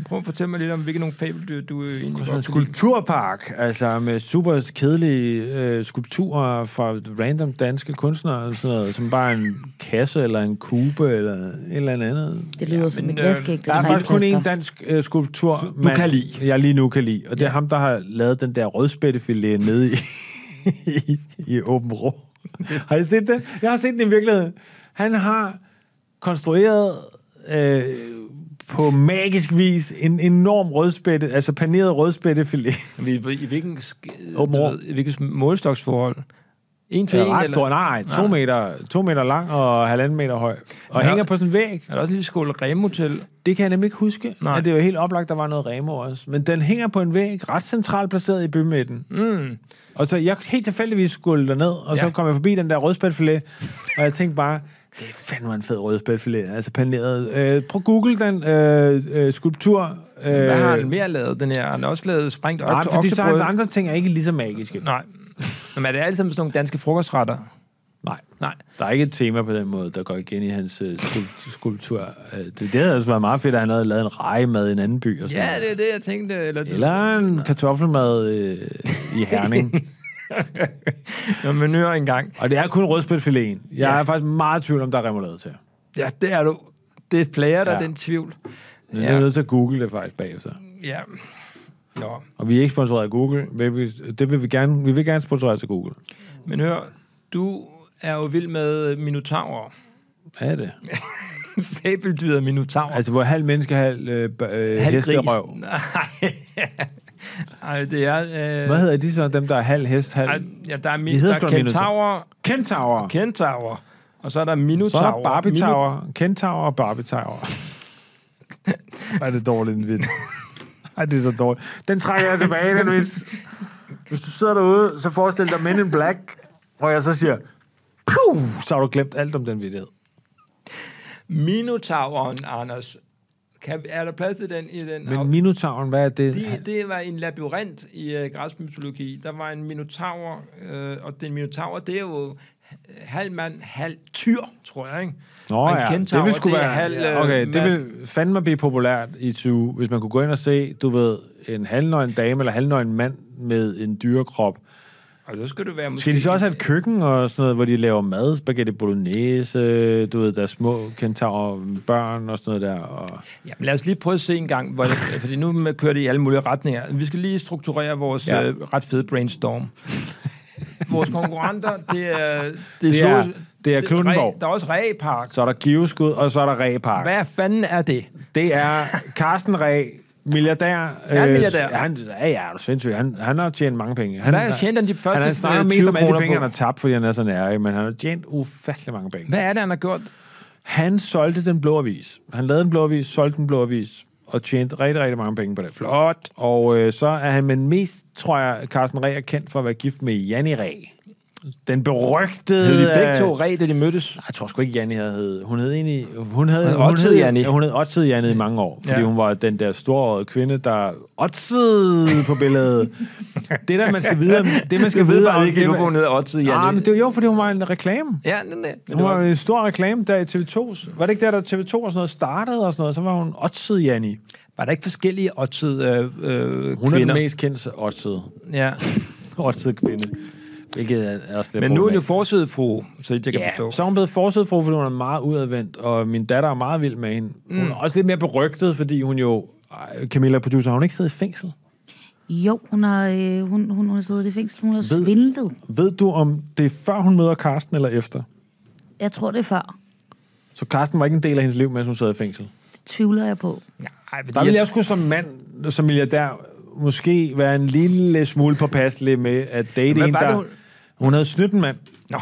[SPEAKER 2] Prøv at fortælle mig lidt om, hvilke nogle fabeldyr, du øh, egentlig
[SPEAKER 1] Sådan en
[SPEAKER 2] godt kunne lide.
[SPEAKER 1] skulpturpark, altså med super kedelige øh, skulpturer fra random danske kunstnere, og sådan noget, som bare en kasse eller en kube eller et eller andet.
[SPEAKER 4] Det lyder ja, som
[SPEAKER 2] men,
[SPEAKER 4] et
[SPEAKER 2] øh,
[SPEAKER 4] væskeægte
[SPEAKER 1] Der er faktisk kun
[SPEAKER 4] træplaster.
[SPEAKER 1] én dansk øh, skulptur, du
[SPEAKER 2] kan lide.
[SPEAKER 1] jeg lige nu kan lide. Og det er ham, der har lavet den der rødspættefilet nede i, i, (laughs) i Åben Rå. Har I set det? Jeg har set den i virkeligheden. Han har konstrueret øh, på magisk vis en enorm rødspætte, altså paneret (laughs) rødspættefilet.
[SPEAKER 2] I, i, i hvilken, sk-
[SPEAKER 1] Åben
[SPEAKER 2] du
[SPEAKER 1] rum.
[SPEAKER 2] ved, i hvilken målstoksforhold? En til
[SPEAKER 1] Det er
[SPEAKER 2] en,
[SPEAKER 1] ret stor, nej, to meter, to meter lang og halvanden meter høj. Og
[SPEAKER 2] Ja.
[SPEAKER 1] hænger på sådan en væg.
[SPEAKER 2] Er der også en lille skål Remo til?
[SPEAKER 1] Det kan jeg nemlig ikke huske. Nej.
[SPEAKER 2] Nej.
[SPEAKER 1] At det er jo helt oplagt, der var noget Remo også. Men den hænger på en væg, ret centralt placeret i bymidten.
[SPEAKER 2] Mm.
[SPEAKER 1] Og så jeg helt tilfældigvis skulle derned, og ja. så
[SPEAKER 2] Ja.
[SPEAKER 1] kom jeg forbi den der rødspætfilet, og jeg tænkte bare, det er fandme en fed rødspætfilet, altså paneret. Øh, prøv at google den øh, øh, skulptur. Øh,
[SPEAKER 2] Hvad har han mere lavet, den her? Han har også lavet sprængt
[SPEAKER 1] Nej,
[SPEAKER 2] op
[SPEAKER 1] fordi så er hans
[SPEAKER 2] oksebrød.
[SPEAKER 1] andre ting er ikke lige så magiske.
[SPEAKER 2] Nej. Men er det alle sammen sådan nogle danske frokostretter?
[SPEAKER 1] Nej.
[SPEAKER 2] Nej.
[SPEAKER 1] Der er ikke et tema på den måde, der går igen i hans øh, skul- skulptur. Øh, det, det havde også været meget fedt, at han havde lavet en rejemad i en anden by. Og sådan
[SPEAKER 2] Ja,
[SPEAKER 1] noget.
[SPEAKER 2] det er det, jeg tænkte. Eller,
[SPEAKER 1] Eller en kartoffelmad øh, i Herning. (laughs)
[SPEAKER 2] Når man nører engang.
[SPEAKER 1] og det er kun rødspætfileten. Jeg
[SPEAKER 2] Ja.
[SPEAKER 1] er faktisk meget i tvivl om, der er remoulade til.
[SPEAKER 2] Ja, det er du. Det plager dig,
[SPEAKER 1] Ja.
[SPEAKER 2] ja. den tvivl.
[SPEAKER 1] Jeg er
[SPEAKER 2] Ja,
[SPEAKER 1] nødt til at google det faktisk bagefter.
[SPEAKER 2] ja. Nå.
[SPEAKER 1] Og vi er ikke sponsoreret af Google. men vi- Det vil vi gerne. Vi vil gerne sponsoreres af Google.
[SPEAKER 2] Men hør, du er jo vild med minotaurer. (laughs)
[SPEAKER 1] Hvad er det?
[SPEAKER 2] Fabeldyret minotaurer.
[SPEAKER 1] Altså, hvor halv menneske, halv øh, b- øh, hesterøv.
[SPEAKER 2] (laughs) Nej. Ej, det er... Øh,
[SPEAKER 1] Hvad hedder de så, dem der er halv hest, halv...
[SPEAKER 2] ej, ja, der er, min,
[SPEAKER 1] De hedder
[SPEAKER 2] der
[SPEAKER 1] sgu
[SPEAKER 2] er
[SPEAKER 1] da minotaur.
[SPEAKER 2] kentaurer,
[SPEAKER 1] Kentaurer!
[SPEAKER 2] kentaurer, og så er der
[SPEAKER 1] Så
[SPEAKER 2] minotaurer.
[SPEAKER 1] er der Barbie-tower, Kentaurer og Barbie-tower. (laughs) Ej, det er dårligt, en vits. (laughs) Ej, det er så dårligt. Den trækker jeg tilbage, den vits. Hvis du sidder derude, så forestil dig Men in Black, hvor jeg så siger, Puh, så har du glemt alt om den vidighed.
[SPEAKER 2] Min- minotauren, Anders. Kan, er der plads til den i den? af-
[SPEAKER 1] Men Minotauren, hvad er det?
[SPEAKER 2] Det, det var en labyrint i øh, græsk mytologi. Der var en minotaur, øh, og den minotaur, det er jo halv mand, halv tyr, tror jeg, ikke?
[SPEAKER 1] Nå
[SPEAKER 2] Og en
[SPEAKER 1] ja,
[SPEAKER 2] kentaur,
[SPEAKER 1] det ville sgu
[SPEAKER 2] er
[SPEAKER 1] være...
[SPEAKER 2] halv, øh,
[SPEAKER 1] okay, det
[SPEAKER 2] mand.
[SPEAKER 1] ville fandme blive populært i 20, hvis man kunne gå ind og se, du ved, en halvnøgen dame eller halvnøgen mand med en dyrekrop.
[SPEAKER 2] Og så skulle det være måske...
[SPEAKER 1] Skal de så også have et køkken og sådan noget, hvor de laver mad, spaghetti bolognese, øh, du ved, der er små kentaurer, børn og sådan noget der. Og...
[SPEAKER 2] Jamen, lad os lige prøve at se en gang,
[SPEAKER 1] (laughs)
[SPEAKER 2] hvor, fordi nu kører det i alle mulige retninger. Vi skal lige strukturere vores
[SPEAKER 1] Ja.
[SPEAKER 2] ja. øh, ret fede brainstorm.
[SPEAKER 1] (laughs)
[SPEAKER 2] vores konkurrenter, det er...
[SPEAKER 1] Det
[SPEAKER 2] så-
[SPEAKER 1] er, det er
[SPEAKER 2] Re-
[SPEAKER 1] Knuthenborg.
[SPEAKER 2] Der er også Ræpark.
[SPEAKER 1] Så er der Giveskud, og så er der Ræpark.
[SPEAKER 2] Hvad fanden er det?
[SPEAKER 1] Det er Carsten Ræ, milliardær.
[SPEAKER 2] han milliardær?
[SPEAKER 1] Øh, han, ja, ja, er du sindssyg. Han, han har tjent mange penge. Han,
[SPEAKER 2] Hvad tjente han de første
[SPEAKER 1] Han har snakket
[SPEAKER 2] 20
[SPEAKER 1] mest om alle de
[SPEAKER 2] kroner
[SPEAKER 1] penge, han
[SPEAKER 2] på?
[SPEAKER 1] har tabt, fordi han er så nær, men han har tjent ufattelig mange penge.
[SPEAKER 2] Hvad er det, han har gjort?
[SPEAKER 1] Han solgte den blå avis. Han lavede den blå avis, solgte den blå avis, og tjente rigtig, rigtig mange penge på det.
[SPEAKER 2] Flot.
[SPEAKER 1] Og øh, så er han, men mest tror jeg, Carsten Ræ er kendt for at være gift med Janni Ræ. Den berygtede...
[SPEAKER 2] Hed de begge
[SPEAKER 1] øh,
[SPEAKER 2] to Ræ, da de mødtes?
[SPEAKER 1] Jeg tror sgu ikke, Janni havde hed. Hun hed egentlig... Hun havde,
[SPEAKER 2] Hed
[SPEAKER 1] hun
[SPEAKER 2] Otzed
[SPEAKER 1] hed,
[SPEAKER 2] Janni.
[SPEAKER 1] Ja, hun hed Otzed Janni i mange år, fordi
[SPEAKER 2] Ja.
[SPEAKER 1] hun var den der storøjede kvinde, der Otzed på
[SPEAKER 2] (laughs)
[SPEAKER 1] billedet. det der, man skal vide om... Det, man skal
[SPEAKER 2] Jeg ved
[SPEAKER 1] vide om...
[SPEAKER 2] faktisk ikke,
[SPEAKER 1] det,
[SPEAKER 2] hvorfor
[SPEAKER 1] man-
[SPEAKER 2] hun hedder Otze
[SPEAKER 1] Ah, men
[SPEAKER 2] Janne.
[SPEAKER 1] det var jo, fordi hun var en reklame.
[SPEAKER 2] Ja, den er. Men
[SPEAKER 1] Hun
[SPEAKER 2] det
[SPEAKER 1] var jo
[SPEAKER 2] var,
[SPEAKER 1] en stor reklame der i TV2's. Var det ikke der, der TV2 og sådan noget startede og sådan noget? Så var hun Otzed Janni.
[SPEAKER 2] var der ikke forskellige Otze øh, øh,
[SPEAKER 1] Hun er
[SPEAKER 2] kvinder?
[SPEAKER 1] den mest kendte Otzed. (laughs)
[SPEAKER 2] Ja.
[SPEAKER 1] Otzed kvinde. Hvilket er- er også lidt
[SPEAKER 2] (laughs) Men nu er hun jo
[SPEAKER 1] problematisk.
[SPEAKER 2] forsøget fru, så vidt jeg kan forstå.
[SPEAKER 1] så er hun blevet forsøget for, fordi hun er meget udadvendt, og min datter er meget vild Mm. med hende. Hun er også lidt mere berygtet, fordi hun jo... Ej, Camilla producer, har hun ikke siddet i fængsel?
[SPEAKER 4] Jo, hun har, øh, hun, hun, hun har siddet i fængsel. Hun har svindlet.
[SPEAKER 1] Ved du, om det er før hun møder Karsten eller efter?
[SPEAKER 4] Jeg tror, det er før.
[SPEAKER 1] Så Karsten var ikke en del af hendes liv, mens hun sad i fængsel.
[SPEAKER 4] Det tvivler jeg på.
[SPEAKER 2] Nej, fordi
[SPEAKER 1] Der ville jeg sgu som mand, som milliardær, måske være en lille smule påpasselig med at date
[SPEAKER 2] Hvad
[SPEAKER 1] en,
[SPEAKER 2] var det,
[SPEAKER 1] der... Hun?
[SPEAKER 2] hun-
[SPEAKER 1] hun havde snydt en mand.
[SPEAKER 2] Nå,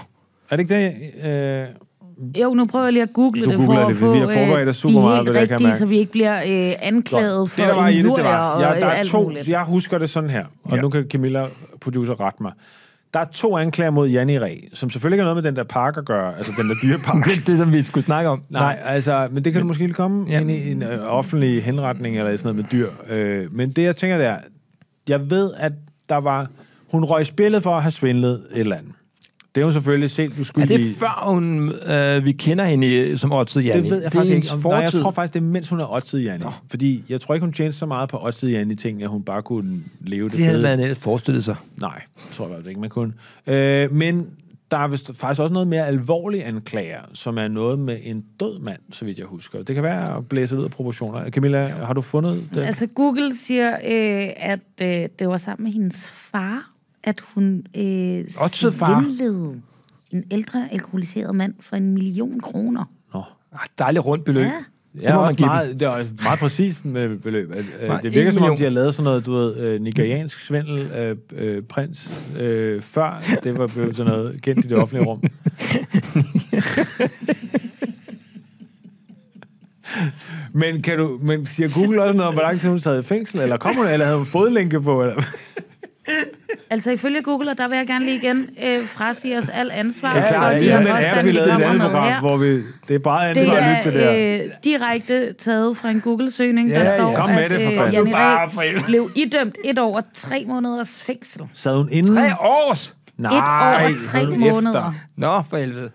[SPEAKER 1] Er det ikke det? Øh,
[SPEAKER 4] Jo, nu prøver jeg lige at google
[SPEAKER 1] Du
[SPEAKER 4] det for
[SPEAKER 1] googler
[SPEAKER 4] at
[SPEAKER 1] det,
[SPEAKER 4] få
[SPEAKER 1] vi har forberedt
[SPEAKER 4] øh,
[SPEAKER 1] os super
[SPEAKER 4] de
[SPEAKER 1] meget,
[SPEAKER 4] helt
[SPEAKER 1] det der, kan jeg
[SPEAKER 4] rigtige,
[SPEAKER 1] mærke.
[SPEAKER 4] så vi ikke bliver øh, anklaget
[SPEAKER 1] Godt.
[SPEAKER 4] for
[SPEAKER 1] det, der var i det, det var.
[SPEAKER 4] injurier
[SPEAKER 1] Ja,
[SPEAKER 4] og,
[SPEAKER 1] der
[SPEAKER 4] øh,
[SPEAKER 1] er
[SPEAKER 4] alt
[SPEAKER 1] to,
[SPEAKER 4] muligt.
[SPEAKER 1] jeg husker det sådan her, og
[SPEAKER 2] Ja.
[SPEAKER 1] ja. nu kan Camilla, producer, rette mig. Der er to anklager mod Janni Ræ, som selvfølgelig ikke har noget med den der park at gøre, altså den der
[SPEAKER 2] (laughs)
[SPEAKER 1] dyrepark.
[SPEAKER 2] (laughs) det er det, som vi skulle snakke om.
[SPEAKER 1] Nej, altså, men det kan du måske lige komme
[SPEAKER 2] Ja.
[SPEAKER 1] ja. ind i en øh, offentlig henretning eller sådan noget med dyr. Øh, men det, jeg tænker, det er, jeg ved, at der var... Hun røg i spillet for at have svindlet et eller andet. Det er hun selvfølgelig selv
[SPEAKER 2] Er
[SPEAKER 1] uskyldig.
[SPEAKER 2] det før, hun, øh, vi kender hende øh, som Otto Janni?
[SPEAKER 1] Det ved jeg
[SPEAKER 2] det er
[SPEAKER 1] faktisk
[SPEAKER 2] hendes
[SPEAKER 1] ikke. Om, nej, jeg
[SPEAKER 2] fortid.
[SPEAKER 1] tror faktisk, det er mens hun er oddsid Janni. Fordi jeg tror ikke, hun tjente så meget på oddsid Janni ting, at hun bare kunne leve det,
[SPEAKER 2] det havde
[SPEAKER 1] fede.
[SPEAKER 2] man ellers forestillet sig.
[SPEAKER 1] Nej, det tror jeg faktisk ikke, man kunne. Øh, men der er vist faktisk også noget mere alvorlige anklager, som er noget med en død mand, så vidt jeg husker. Det kan være at blæse det ud af proportioner. Camilla, ja. har du fundet det?
[SPEAKER 4] Altså, Google siger, øh, at øh, det var sammen med hendes far, at hun øh,
[SPEAKER 2] Otte far.
[SPEAKER 4] svindlede en ældre alkoholiseret mand for en million kroner.
[SPEAKER 1] Nå.
[SPEAKER 2] Ah, dejligt rundt beløb.
[SPEAKER 4] Ja.
[SPEAKER 2] Det
[SPEAKER 1] Ja,
[SPEAKER 2] må man
[SPEAKER 1] også
[SPEAKER 2] give dem.
[SPEAKER 1] meget, det er også meget præcist med beløb. At, øh,
[SPEAKER 2] Nej,
[SPEAKER 1] det
[SPEAKER 2] en
[SPEAKER 1] virker som om,
[SPEAKER 2] million.
[SPEAKER 1] de har lavet sådan noget, du ved, øh, nigeriansk svindel, øh, øh, prins, øh, før det var blevet sådan noget kendt i det offentlige
[SPEAKER 2] (laughs)
[SPEAKER 1] rum. men, kan du, men siger Google også noget om, hvor lang tid hun sad i fængsel, eller kom hun, eller havde hun fodlænke på? Eller?
[SPEAKER 4] Altså, ifølge Google, og der vil jeg gerne lige igen øh, frasige os al ansvar.
[SPEAKER 1] Ja,
[SPEAKER 4] for
[SPEAKER 1] klar,
[SPEAKER 4] de
[SPEAKER 1] ligesom
[SPEAKER 4] her
[SPEAKER 1] den app,
[SPEAKER 4] påstande,
[SPEAKER 1] vi
[SPEAKER 4] vi
[SPEAKER 1] lavede i et
[SPEAKER 4] kommer
[SPEAKER 1] andet
[SPEAKER 4] med
[SPEAKER 1] program,
[SPEAKER 4] her.
[SPEAKER 1] hvor vi, det er bare
[SPEAKER 4] Det
[SPEAKER 1] ansvar at lytte til det her.
[SPEAKER 4] er øh, direkte taget fra en Google-søgning,
[SPEAKER 2] Ja,
[SPEAKER 4] der
[SPEAKER 2] ja.
[SPEAKER 4] står,
[SPEAKER 1] Kom med
[SPEAKER 4] at
[SPEAKER 1] det, for
[SPEAKER 4] øh,
[SPEAKER 1] fanden.
[SPEAKER 4] Janne
[SPEAKER 2] Bare
[SPEAKER 4] Reh
[SPEAKER 2] for helvede.
[SPEAKER 4] blev idømt et år og tre måneders fængsel.
[SPEAKER 1] Sad hun inden?
[SPEAKER 2] Tre års?
[SPEAKER 1] Nej,
[SPEAKER 4] Et år og
[SPEAKER 1] sad
[SPEAKER 4] tre
[SPEAKER 1] hun
[SPEAKER 4] måneder.
[SPEAKER 2] Nå, for helvede.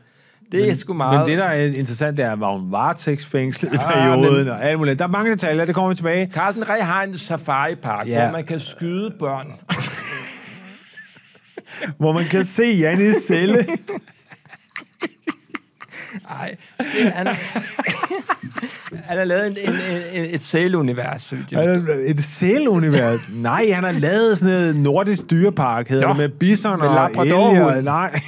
[SPEAKER 2] Det er sgu meget.
[SPEAKER 1] Men det, der er interessant, det er, var hun varetægtsfængslet i perioden
[SPEAKER 2] Ah, men-
[SPEAKER 1] og alt muligt. Der er mange detaljer, det kommer vi tilbage.
[SPEAKER 2] Carlsen Ræ har en safaripark,
[SPEAKER 1] Ja.
[SPEAKER 2] hvor man kan skyde børn.
[SPEAKER 1] Hvor man kan se
[SPEAKER 2] (laughs)
[SPEAKER 1] Jannis celle.
[SPEAKER 2] Nej, han har, (laughs) han har lavet en, en, en, en- et sale-univers, synes jeg.
[SPEAKER 1] Han er Et celleunivers. Nej, han har lavet sådan noget nordisk dyrepark, hedder
[SPEAKER 2] Nå,
[SPEAKER 1] det, med bison
[SPEAKER 2] med
[SPEAKER 1] og
[SPEAKER 2] labradorhund.
[SPEAKER 1] elger. Nej.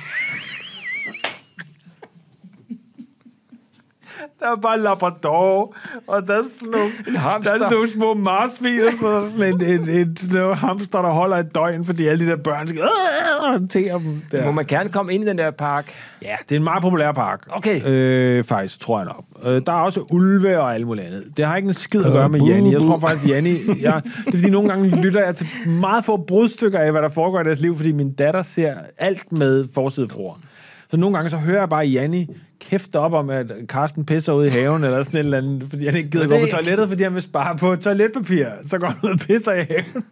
[SPEAKER 1] Der var bare Labrador, og der er sådan nogle,
[SPEAKER 2] hamster.
[SPEAKER 1] Der er sådan nogle små marsvin, og så er der sådan en, en, en, sådan en hamster, der holder et døgn, fordi alle de der børn skal "Åh!" håndtere dem. Der.
[SPEAKER 2] Må man gerne komme ind i den der park?
[SPEAKER 1] Ja, det er en meget populær park.
[SPEAKER 2] Okay.
[SPEAKER 1] Øh, faktisk, tror jeg nok. Øh, der er også ulve og alt muligt andet. Det har ikke en skid at gøre med Janni. Jeg tror faktisk, Janni... Jeg, det er fordi, nogle gange lytter jeg til meget få brudstykker af, hvad der foregår i deres liv, fordi min datter ser alt med forsidefruer. Så nogle gange så hører jeg bare Janni kæfte op om, at Karsten pisser ud i haven eller sådan et eller andet, fordi han ikke gider
[SPEAKER 2] Men
[SPEAKER 1] gå
[SPEAKER 2] det-
[SPEAKER 1] på toilettet, fordi han vil spare på toiletpapir. Så går han ud og pisser i haven.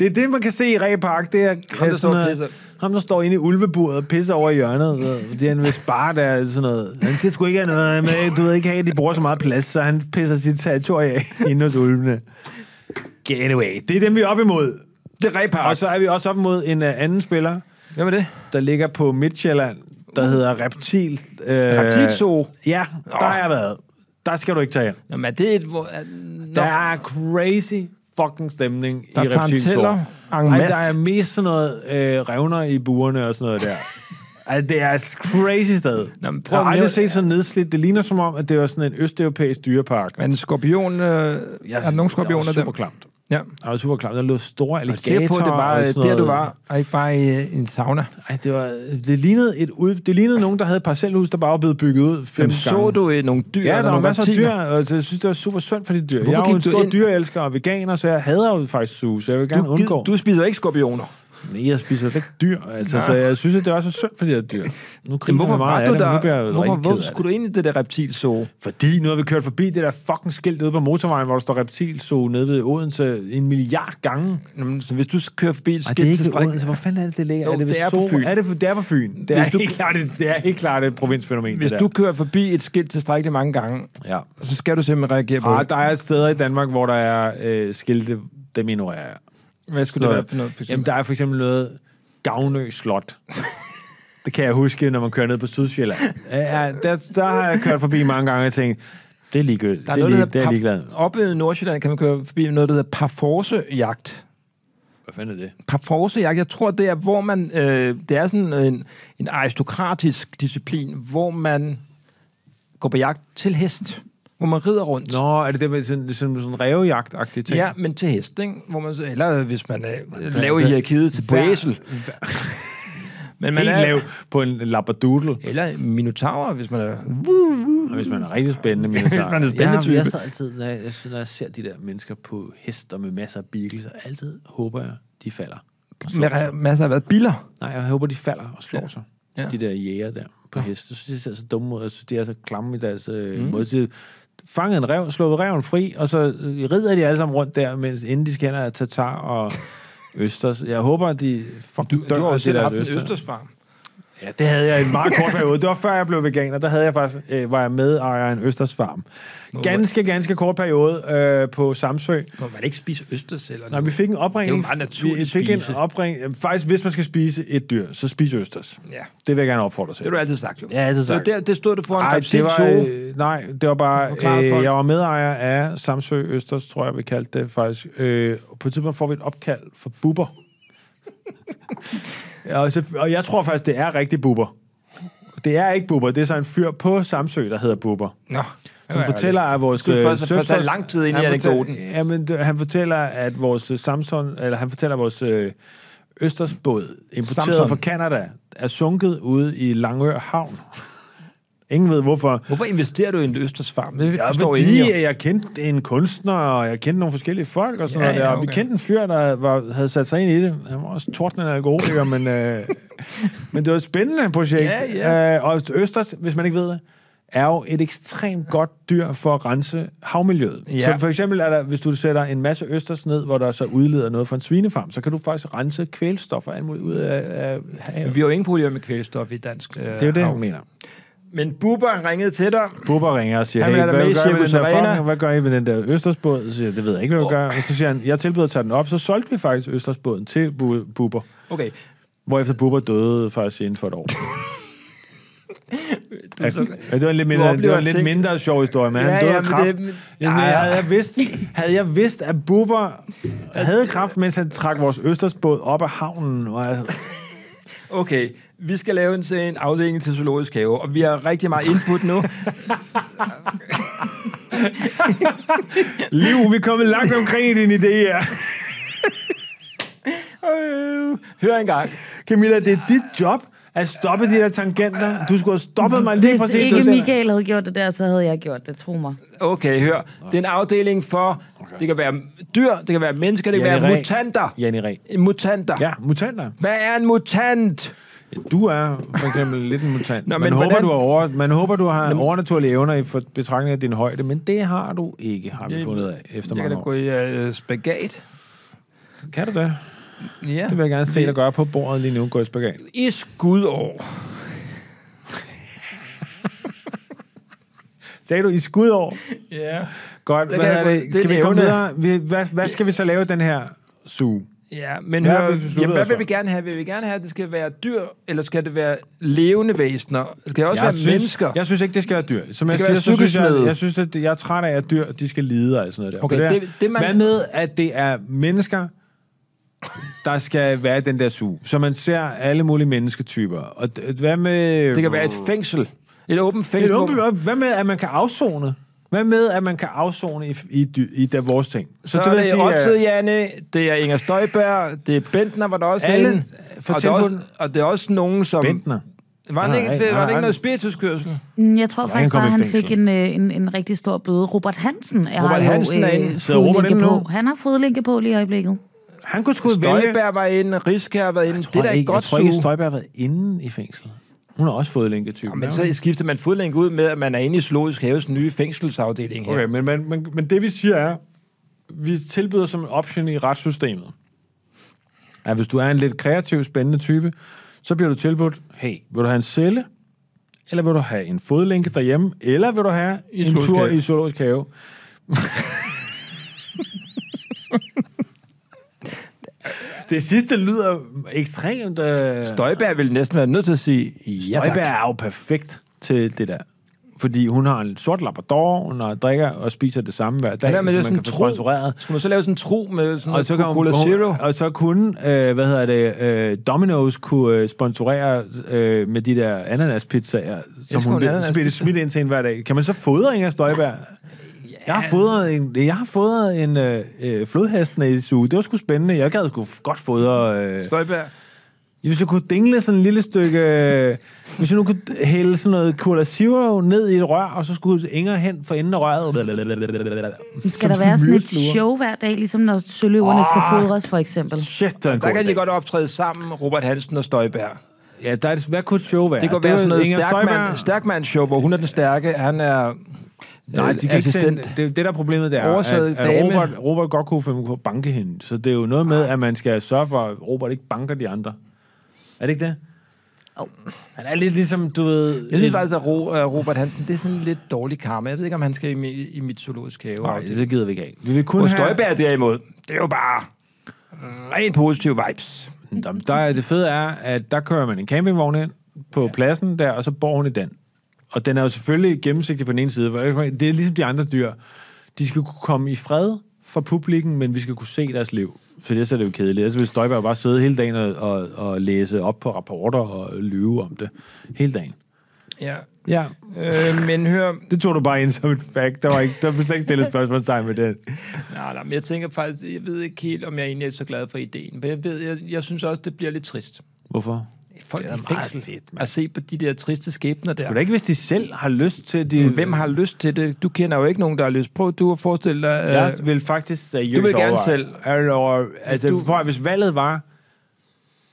[SPEAKER 1] Det er det, man kan se i Ræ Park. Det er ham,
[SPEAKER 2] der står og pisser.
[SPEAKER 1] ham, der står inde i ulveburet og pisser over i hjørnet, så- fordi han vil spare der sådan noget. Han skal sgu ikke have noget med. Du ved ikke, at de bruger så meget plads, så han pisser sit territorie af inde hos ulvene. Anyway, det er dem, vi er op imod.
[SPEAKER 2] Det er
[SPEAKER 1] Og
[SPEAKER 2] Ræ-park.
[SPEAKER 1] så er vi også op imod en øh, anden spiller,
[SPEAKER 2] Hvem er det?
[SPEAKER 1] der ligger på Midtjylland, der hedder Reptil. Øh,
[SPEAKER 2] Reptilzoo?
[SPEAKER 1] Ja, der har jeg været. Der skal du ikke tage.
[SPEAKER 2] Nå, men er det et... Hvor, er, nå.
[SPEAKER 1] Der er crazy fucking stemning
[SPEAKER 2] Der
[SPEAKER 1] i
[SPEAKER 2] er taranteller,
[SPEAKER 1] reptilsår.
[SPEAKER 2] en
[SPEAKER 1] Ej,
[SPEAKER 2] masse.
[SPEAKER 1] der er mest sådan noget øh, revner i burene og sådan noget
[SPEAKER 2] (laughs)
[SPEAKER 1] der. altså, det er et crazy sted.
[SPEAKER 2] Nå, men prøv
[SPEAKER 1] jeg har
[SPEAKER 2] at
[SPEAKER 1] aldrig
[SPEAKER 2] nævne-
[SPEAKER 1] set så nedslidt. Det ligner som om, at det var sådan en østeuropæisk dyrepark.
[SPEAKER 2] Men skorpion... Øh, er der nogle skorpioner
[SPEAKER 1] der?
[SPEAKER 2] der?
[SPEAKER 1] super klamt.
[SPEAKER 2] Ja.
[SPEAKER 1] Der var super klamt. Der lå store
[SPEAKER 2] Og det
[SPEAKER 1] alligatorer
[SPEAKER 2] er på, det var
[SPEAKER 1] og
[SPEAKER 2] øh,
[SPEAKER 1] sådan
[SPEAKER 2] der, du
[SPEAKER 1] noget.
[SPEAKER 2] var, og ikke bare i øh, en sauna.
[SPEAKER 1] Ej, det, var, det, lignede et ud, det lignede nogen, der havde et parcelhus, der bare var blevet bygget ud fem
[SPEAKER 2] Jamen,
[SPEAKER 1] gange.
[SPEAKER 2] så du øh, nogle dyr?
[SPEAKER 1] Ja, der var
[SPEAKER 2] nogle
[SPEAKER 1] masser af dyr,
[SPEAKER 2] reptiler?
[SPEAKER 1] og jeg synes, det var super synd for de dyr.
[SPEAKER 2] Hvorfor
[SPEAKER 1] jeg er jo en
[SPEAKER 2] gik du
[SPEAKER 1] stor
[SPEAKER 2] ind-
[SPEAKER 1] dyreelsker og veganer, så jeg hader jo faktisk suge, så jeg vil gerne
[SPEAKER 2] Du,
[SPEAKER 1] undgå.
[SPEAKER 2] gid- du spiser ikke skorpioner.
[SPEAKER 1] Nej, jeg spiser slet ikke dyr, altså, så jeg synes, at det er også synd for de her dyr. Nu
[SPEAKER 2] Jamen,
[SPEAKER 1] griner
[SPEAKER 2] hvorfor
[SPEAKER 1] jeg meget
[SPEAKER 2] var
[SPEAKER 1] af
[SPEAKER 2] du
[SPEAKER 1] det, men nu bliver jeg
[SPEAKER 2] der?
[SPEAKER 1] jo
[SPEAKER 2] Hvorfor,
[SPEAKER 1] rigtig
[SPEAKER 2] hvorfor
[SPEAKER 1] ked af det.
[SPEAKER 2] skulle du ind i det der reptilzoo?
[SPEAKER 1] Fordi nu har vi kørt forbi det der fucking skilt ude på motorvejen, hvor der står reptilzoo nede ved Odense en milliard gange.
[SPEAKER 2] Jamen, så hvis du kører forbi et
[SPEAKER 1] Ej, det er
[SPEAKER 2] skilt
[SPEAKER 1] ikke
[SPEAKER 2] til
[SPEAKER 1] ved
[SPEAKER 2] stræk...
[SPEAKER 1] Odense. Hvor fanden er det, det ligger?
[SPEAKER 2] Jo,
[SPEAKER 1] er det, ved
[SPEAKER 2] det er på
[SPEAKER 1] Sorø?
[SPEAKER 2] Fyn.
[SPEAKER 1] Er det, på- det er på Fyn. Det er,
[SPEAKER 2] Hvis du-
[SPEAKER 1] helt klart, et, det er helt klart et provinsfænomen,
[SPEAKER 2] Hvis
[SPEAKER 1] det
[SPEAKER 2] du
[SPEAKER 1] der.
[SPEAKER 2] kører forbi et skilt tilstrækkeligt mange gange,
[SPEAKER 1] Ja.
[SPEAKER 2] så skal du simpelthen reagere på
[SPEAKER 1] Ah,
[SPEAKER 2] det.
[SPEAKER 1] der er steder i Danmark, hvor der er øh, skilte, dem ignorerer jeg.
[SPEAKER 2] Hvad skulle det være for noget? For
[SPEAKER 1] Jamen, der er for eksempel noget Gavnø Slot. det kan jeg huske, når man kører ned på Sydsjælland. Ja, ja, der, der har jeg kørt forbi mange gange og tænkt, det er ligegyldigt.
[SPEAKER 2] Der
[SPEAKER 1] Det
[SPEAKER 2] er
[SPEAKER 1] er, lige,
[SPEAKER 2] noget, der
[SPEAKER 1] det er jeg ligeglad.
[SPEAKER 2] hedder... Par... Oppe i Nordsjælland kan man køre forbi noget, der hedder Parforce-jagt.
[SPEAKER 1] Hvad fanden er det?
[SPEAKER 2] parforcejakke. Jeg tror, det er, hvor man... Øh, det er sådan en, en aristokratisk disciplin, hvor man går på jagt til hest. Hvor man rider rundt.
[SPEAKER 1] Nå, er det det med sådan, sådan, sådan rævejagt-agtige ting?
[SPEAKER 2] Ja, men til hest, ikke? Hvor man, så- eller hvis man øh, laver hierarkiet til
[SPEAKER 1] Hver-
[SPEAKER 2] bæsel. (laughs) Men man
[SPEAKER 1] Helt
[SPEAKER 2] er,
[SPEAKER 1] lav på en labradoodle,
[SPEAKER 2] eller minotaur, hvis man er...
[SPEAKER 1] og hvis man er rigtig spændende minotaur.
[SPEAKER 2] man er en spændende
[SPEAKER 1] jeg, har- jeg
[SPEAKER 2] type.
[SPEAKER 1] så altid, når jeg, når jeg ser de der mennesker på hester med masser af beagles, og altid håber jeg, de falder. og slår sig.
[SPEAKER 2] Med masser af hvad? Biller.
[SPEAKER 1] Nej, jeg håber, de falder og slår ja. sig.
[SPEAKER 2] Ja.
[SPEAKER 1] Ja. De der jæger der på ja. heste. Jeg synes, de ser så dumme ud. Jeg synes, de er så klamme i deres øh, mm. måde. De fangede en rev, slået reven fri, og så øh, rider de alle sammen rundt der, mens inden de kender tatar og
[SPEAKER 2] (laughs)
[SPEAKER 1] østers. Jeg håber, at de fuck, du,
[SPEAKER 2] Du har jo selv haft en
[SPEAKER 1] østers.
[SPEAKER 2] østersfarm.
[SPEAKER 1] Ja, det havde jeg i en meget
[SPEAKER 2] (laughs)
[SPEAKER 1] kort periode. Det var før jeg blev veganer. Der havde jeg faktisk, øh, var jeg medejer af en østersfarm. Ganske, ganske kort periode øh, på Samsø.
[SPEAKER 2] Må man ikke spise østers? Eller
[SPEAKER 1] Nej, vi fik en opringning.
[SPEAKER 2] Det er jo meget naturligt
[SPEAKER 1] Vi fik en
[SPEAKER 2] spise.
[SPEAKER 1] opring. øh, Faktisk, hvis man skal spise et dyr, så spis østers.
[SPEAKER 2] Ja.
[SPEAKER 1] Det vil jeg gerne opfordre til.
[SPEAKER 2] Det har du altid sagt, jo.
[SPEAKER 1] Ja, altid sagt.
[SPEAKER 2] Så der, det stod du foran
[SPEAKER 1] Ej,
[SPEAKER 2] Ej,
[SPEAKER 1] det var, øh, nej, det var bare,
[SPEAKER 2] Forklarede folk.
[SPEAKER 1] øh, jeg var medejer af Samsø Østers, tror jeg, vi kaldte det faktisk. Øh, på et tidspunkt får vi et opkald for
[SPEAKER 2] (laughs)
[SPEAKER 1] buber. Ja, og, så, og jeg tror faktisk, det er rigtig buber. Det er ikke buber, det er så en fyr på Samsø, der hedder buber.
[SPEAKER 2] Nå.
[SPEAKER 1] Han fortæller, at vores...
[SPEAKER 2] Skulle
[SPEAKER 1] øh,
[SPEAKER 2] først- først
[SPEAKER 1] søsters-
[SPEAKER 2] have lang tid ind i
[SPEAKER 1] Han fortæl-
[SPEAKER 2] anekdoten.
[SPEAKER 1] Jamen, det- han fortæller, at vores øh, Samson... Eller han fortæller, at vores øh, Østersbåd, importeret
[SPEAKER 2] Samson.
[SPEAKER 1] fra Kanada, er sunket ude i Langør Havn. Ingen ved, hvorfor.
[SPEAKER 2] Hvorfor investerer du i en østersfarm? Det
[SPEAKER 1] Ja,
[SPEAKER 2] forstår
[SPEAKER 1] fordi
[SPEAKER 2] ingen, jo.
[SPEAKER 1] jeg kendte en kunstner, og jeg kendte nogle forskellige folk og sådan
[SPEAKER 2] Ja,
[SPEAKER 1] ja, noget der.
[SPEAKER 2] ja,
[SPEAKER 1] Og vi
[SPEAKER 2] okay.
[SPEAKER 1] kendte en fyr, der var, havde sat sig ind i det. Han var også tordnende alkoholiker, men,
[SPEAKER 2] (laughs)
[SPEAKER 1] øh, men det var et spændende projekt.
[SPEAKER 2] Ja, ja.
[SPEAKER 1] Øh, og Østers, hvis man ikke ved det, er jo et ekstremt godt dyr for at rense havmiljøet.
[SPEAKER 2] Ja.
[SPEAKER 1] Ja. Så for eksempel, er der, hvis du sætter en masse østers ned, hvor der så udleder noget fra en svinefarm, så kan du faktisk rense kvælstof og alt muligt ud af, af havet.
[SPEAKER 2] Vi har jo ingen problemer med kvælstof i dansk øh,
[SPEAKER 1] øh, Det er jo det,
[SPEAKER 2] hav.
[SPEAKER 1] jeg mener.
[SPEAKER 2] Men Bubber ringede til dig.
[SPEAKER 1] Bubber ringer og siger,
[SPEAKER 2] Han
[SPEAKER 1] hey,
[SPEAKER 2] vil
[SPEAKER 1] hvad,
[SPEAKER 2] have dig med i
[SPEAKER 1] gør I med
[SPEAKER 2] Cirkus
[SPEAKER 1] den der
[SPEAKER 2] Arena."
[SPEAKER 1] fucking, hvad gør I med den der Østersbåd? Så siger jeg, det ved jeg ikke, hvad jeg gør. Og så siger han, jeg tilbyder at tage den op. Så solgte vi faktisk Østersbåden til Bu- Bubber.
[SPEAKER 2] Okay.
[SPEAKER 1] Hvorefter Bubber døde faktisk inden for et (laughs) år. Ja, det var en lidt
[SPEAKER 2] du
[SPEAKER 1] mindre, det
[SPEAKER 2] oplever
[SPEAKER 1] var en lidt
[SPEAKER 2] ting.
[SPEAKER 1] mindre sjov historie, men
[SPEAKER 2] Ja,
[SPEAKER 1] han døde
[SPEAKER 2] ja,
[SPEAKER 1] af
[SPEAKER 2] men
[SPEAKER 1] kræft.
[SPEAKER 2] det- men-
[SPEAKER 1] Jamen,
[SPEAKER 2] Ej.
[SPEAKER 1] havde, jeg vidst, havde jeg vidst, at Bubber havde kræft, mens han trak vores Østersbåd op af havnen, og altså, jeg,
[SPEAKER 2] (laughs) Okay, vi skal lave en, en afdeling til zoologisk have, og vi har rigtig meget input
[SPEAKER 1] (laughs)
[SPEAKER 2] nu.
[SPEAKER 1] Liv, vi er kommet langt omkring i din idé her.
[SPEAKER 2] (laughs) Øh, Hør engang.
[SPEAKER 1] Camilla, det er dit job at stoppe de der tangenter. Du skulle have stoppet mig lige
[SPEAKER 4] Hvis
[SPEAKER 1] præcis.
[SPEAKER 4] ikke
[SPEAKER 1] når jeg-
[SPEAKER 4] Michael havde gjort det der, så havde jeg gjort det, tro mig.
[SPEAKER 2] Okay, hør. Det er en afdeling for, det kan være dyr, det kan være mennesker, det kan
[SPEAKER 1] Janne
[SPEAKER 2] være
[SPEAKER 1] Reh.
[SPEAKER 2] mutanter.
[SPEAKER 1] Janne Reh.
[SPEAKER 2] Mutanter.
[SPEAKER 1] Ja, mutanter.
[SPEAKER 2] Hvad er en mutant?
[SPEAKER 1] Du er for eksempel lidt en mutant.
[SPEAKER 2] Nå,
[SPEAKER 1] Nå,
[SPEAKER 2] men
[SPEAKER 1] man, håber,
[SPEAKER 2] hvordan-
[SPEAKER 1] du har over, man håber, du har overnaturlige evner i for- betragtning af din højde, men det har du ikke, har vi
[SPEAKER 2] Det-
[SPEAKER 1] fundet af efter
[SPEAKER 2] Jeg kan
[SPEAKER 1] mange
[SPEAKER 2] da gå
[SPEAKER 1] år.
[SPEAKER 2] i øh, spagat.
[SPEAKER 1] Kan du det?
[SPEAKER 2] Ja.
[SPEAKER 1] Det vil jeg gerne se dig gøre på bordet lige nu. Gå i spagat.
[SPEAKER 2] I skudår.
[SPEAKER 1] Sagde du i skudår?
[SPEAKER 2] Ja.
[SPEAKER 1] Godt,
[SPEAKER 2] Det
[SPEAKER 1] hvad
[SPEAKER 2] kan jeg
[SPEAKER 1] er
[SPEAKER 2] godt.
[SPEAKER 1] det?
[SPEAKER 2] Det er
[SPEAKER 1] Skal vi
[SPEAKER 2] en
[SPEAKER 1] komme
[SPEAKER 2] evne.
[SPEAKER 1] videre? Vi- Hvad, hvad skal vi så lave i den her suge?
[SPEAKER 2] Ja, men
[SPEAKER 1] Hvad
[SPEAKER 2] hør,
[SPEAKER 1] har vi besluttet
[SPEAKER 2] jamen, hvad
[SPEAKER 1] os
[SPEAKER 2] vil
[SPEAKER 1] for?
[SPEAKER 2] vi gerne have? Vil vi gerne have, at det skal være dyr, eller skal det være levende væsener? Skal det også være
[SPEAKER 1] synes,
[SPEAKER 2] mennesker?
[SPEAKER 1] Jeg synes ikke, det skal være dyr. Som jeg
[SPEAKER 2] kan
[SPEAKER 1] siger,
[SPEAKER 2] være
[SPEAKER 1] så synes jeg,
[SPEAKER 2] cykelsmed.
[SPEAKER 1] jeg, synes, at jeg er træt af, at dyr de skal lide og alt sådan noget der.
[SPEAKER 2] Okay,
[SPEAKER 1] For
[SPEAKER 2] det- det, man-
[SPEAKER 1] Hvad med, at det er mennesker, der skal være i den der suge? Så man ser alle mulige mennesketyper. Og d- hvad med...
[SPEAKER 2] Det kan være et fængsel. Et åbent fængsel.
[SPEAKER 1] Et
[SPEAKER 2] hvor-
[SPEAKER 1] åbent- Hvad med, at man kan afzone? Hvad med, at man kan afzone i, i, dy- i der vores ting?
[SPEAKER 2] Så, så
[SPEAKER 1] vil
[SPEAKER 2] det er
[SPEAKER 1] sige, at-
[SPEAKER 2] Otte, Janne, det er Inger Støjberg, det er Bentner, var der også
[SPEAKER 1] Alle-
[SPEAKER 2] inde.
[SPEAKER 1] fortæl
[SPEAKER 2] og, der er
[SPEAKER 1] på
[SPEAKER 2] også,
[SPEAKER 1] den.
[SPEAKER 2] og det er også nogen, som...
[SPEAKER 1] Bentner.
[SPEAKER 2] Var det
[SPEAKER 1] Nej,
[SPEAKER 2] ikke,
[SPEAKER 1] nej,
[SPEAKER 2] var det ikke
[SPEAKER 1] nej.
[SPEAKER 2] noget spirituskørsel?
[SPEAKER 4] Mm, Jeg tror faktisk
[SPEAKER 1] kom
[SPEAKER 4] bare,
[SPEAKER 1] i
[SPEAKER 4] han
[SPEAKER 1] fængsel.
[SPEAKER 4] fik en, øh, en, en rigtig stor bøde. Robert Hansen er
[SPEAKER 2] Robert
[SPEAKER 4] jo, øh,
[SPEAKER 2] Hansen er inde.
[SPEAKER 1] Sidder Robert
[SPEAKER 4] fodlænke
[SPEAKER 1] inde nu?
[SPEAKER 4] på. Han har fodlænke på lige i øjeblikket.
[SPEAKER 1] Han kunne sgu vælge...
[SPEAKER 2] Støjberg var inde, Riskær var inde. Det
[SPEAKER 1] Tror
[SPEAKER 2] er da
[SPEAKER 1] jeg
[SPEAKER 2] et
[SPEAKER 1] ikke, jeg
[SPEAKER 2] godt
[SPEAKER 1] tror ikke, at
[SPEAKER 2] suge.
[SPEAKER 1] Støjberg har været inde i fængsel. Hun har også fået lænketypen.
[SPEAKER 2] Men
[SPEAKER 1] har
[SPEAKER 2] så skifter man fodlænke ud med, at man er inde i Zoologisk Haves nye fængselsafdeling her.
[SPEAKER 1] Okay, men, men, men, men det vi siger er, vi tilbyder som en option i retssystemet, at hvis du er en lidt kreativ, spændende type, så bliver du tilbudt, hey, vil du have en celle, eller vil du have en fodlænke derhjemme, eller vil du have
[SPEAKER 2] I
[SPEAKER 1] en
[SPEAKER 2] zoologisk
[SPEAKER 1] tur
[SPEAKER 2] have.
[SPEAKER 1] i zoologisk have? (laughs) det sidste lyder ekstremt... Øh...
[SPEAKER 2] Støjberg ville næsten være nødt til at sige, ja tak.
[SPEAKER 1] Støjberg er jo perfekt til det der. Fordi hun har en sort labrador, hun har drikker og spiser det samme hver dag,
[SPEAKER 2] Ja, men det er
[SPEAKER 1] så man
[SPEAKER 2] sådan en
[SPEAKER 1] kan få
[SPEAKER 2] tro.
[SPEAKER 1] sponsoreret.
[SPEAKER 2] Skulle man så lave sådan en tro med sådan
[SPEAKER 1] Og så, kan
[SPEAKER 2] Cola
[SPEAKER 1] hun,
[SPEAKER 2] Zero?
[SPEAKER 1] hun, og så kunne, øh, hvad hedder det, øh, Domino's kunne øh, sponsorere øh, med de der ananaspizzaer, som
[SPEAKER 2] Elsker hun
[SPEAKER 1] hun blev-
[SPEAKER 2] ananaspizza?
[SPEAKER 1] blev smidt ind til en hver dag. Kan man så fodre Inger Støjberg? Jeg har fodret en, jeg har fodret en øh, øh, flodhest i suge. Det var sgu spændende. Jeg gad sgu godt fodre... Øh,
[SPEAKER 2] Støjberg.
[SPEAKER 1] hvis jeg kunne dingle sådan et lille stykke... øh, Hvis jeg nu kunne hælde sådan noget Cola Zero ned i et rør, og så skulle Inger hen for enden af røret.
[SPEAKER 4] Skal der
[SPEAKER 1] Som
[SPEAKER 4] være sådan et
[SPEAKER 1] myresluger.
[SPEAKER 4] show hver dag, ligesom når søløverne oh. skal fodres, for eksempel?
[SPEAKER 1] Shit, der er en
[SPEAKER 2] Der
[SPEAKER 1] god
[SPEAKER 2] kan de
[SPEAKER 1] idé.
[SPEAKER 2] godt optræde sammen, Robert Hansen og Støjberg.
[SPEAKER 1] Ja, der er et, hvad kunne et show være?
[SPEAKER 2] Det kunne
[SPEAKER 1] er
[SPEAKER 2] være sådan noget
[SPEAKER 1] Inger
[SPEAKER 2] stærkmand,
[SPEAKER 1] Støjberg.
[SPEAKER 2] stærkmand-show, hvor hun er den stærke, han er øh,
[SPEAKER 1] Nej, de kan
[SPEAKER 2] assistent.
[SPEAKER 1] ikke sende, det, det der er problemet, det er, at,
[SPEAKER 2] Oversædet
[SPEAKER 1] at
[SPEAKER 2] dame.
[SPEAKER 1] Robert, Robert godt kunne finde på at banke hende. Så det er jo noget med,
[SPEAKER 2] Ah.
[SPEAKER 1] at man skal sørge for, at Robert ikke banker de andre. Er det ikke det?
[SPEAKER 4] Jo.
[SPEAKER 1] Han er lidt ligesom, du ved...
[SPEAKER 2] Jeg synes
[SPEAKER 1] en-
[SPEAKER 2] faktisk, at Ro- øh, Robert Hansen, det er sådan lidt dårlig karma. Jeg ved ikke, om han skal i, mi- i mit zoologisk have.
[SPEAKER 1] Nej, det gider vi ikke af. Vi vil kun
[SPEAKER 2] Hvor
[SPEAKER 1] have-
[SPEAKER 2] Støjberg derimod, det er jo bare rent positive vibes.
[SPEAKER 1] Jamen, Der er, det fede er, at der kører man en campingvogn ind på pladsen der, og så bor hun i den. Og den er jo selvfølgelig gennemsigtig på den ene side. for Det er ligesom de andre dyr. De skal kunne komme i fred for publikken, men vi skal kunne se deres liv. For det er det jo kedeligt. Altså vil Støjberg jo bare sidde hele dagen og, og, og læse op på rapporter og lyve om det. Hele dagen.
[SPEAKER 2] Ja.
[SPEAKER 1] Ja,
[SPEAKER 2] Øh, men hør,
[SPEAKER 1] det tog du bare ind som et fact. Der var, ikke, der var slet ikke stillet spørgsmålstegn med det.
[SPEAKER 2] nej, nej, men jeg tænker faktisk, jeg ved ikke helt, om jeg egentlig er så glad for ideen. Men jeg, ved, jeg, jeg synes også, det bliver lidt trist.
[SPEAKER 1] Hvorfor?
[SPEAKER 2] Folk
[SPEAKER 1] Det
[SPEAKER 2] det
[SPEAKER 1] er
[SPEAKER 2] er i
[SPEAKER 1] meget
[SPEAKER 2] fængsel
[SPEAKER 1] fedt,
[SPEAKER 2] fedt,
[SPEAKER 1] mand.
[SPEAKER 2] at se på de der triste skæbner der.
[SPEAKER 1] Du da ikke, hvis de selv har lyst til... De,
[SPEAKER 2] Hvem har lyst til det? Du kender jo ikke nogen, der har lyst. Prøv du at forestille dig... øh,
[SPEAKER 1] Jeg vil faktisk seriøst
[SPEAKER 2] Du vil gerne
[SPEAKER 1] overveje-
[SPEAKER 2] selv.
[SPEAKER 1] Altså, altså
[SPEAKER 2] du-
[SPEAKER 1] du... prøv, at- hvis valget var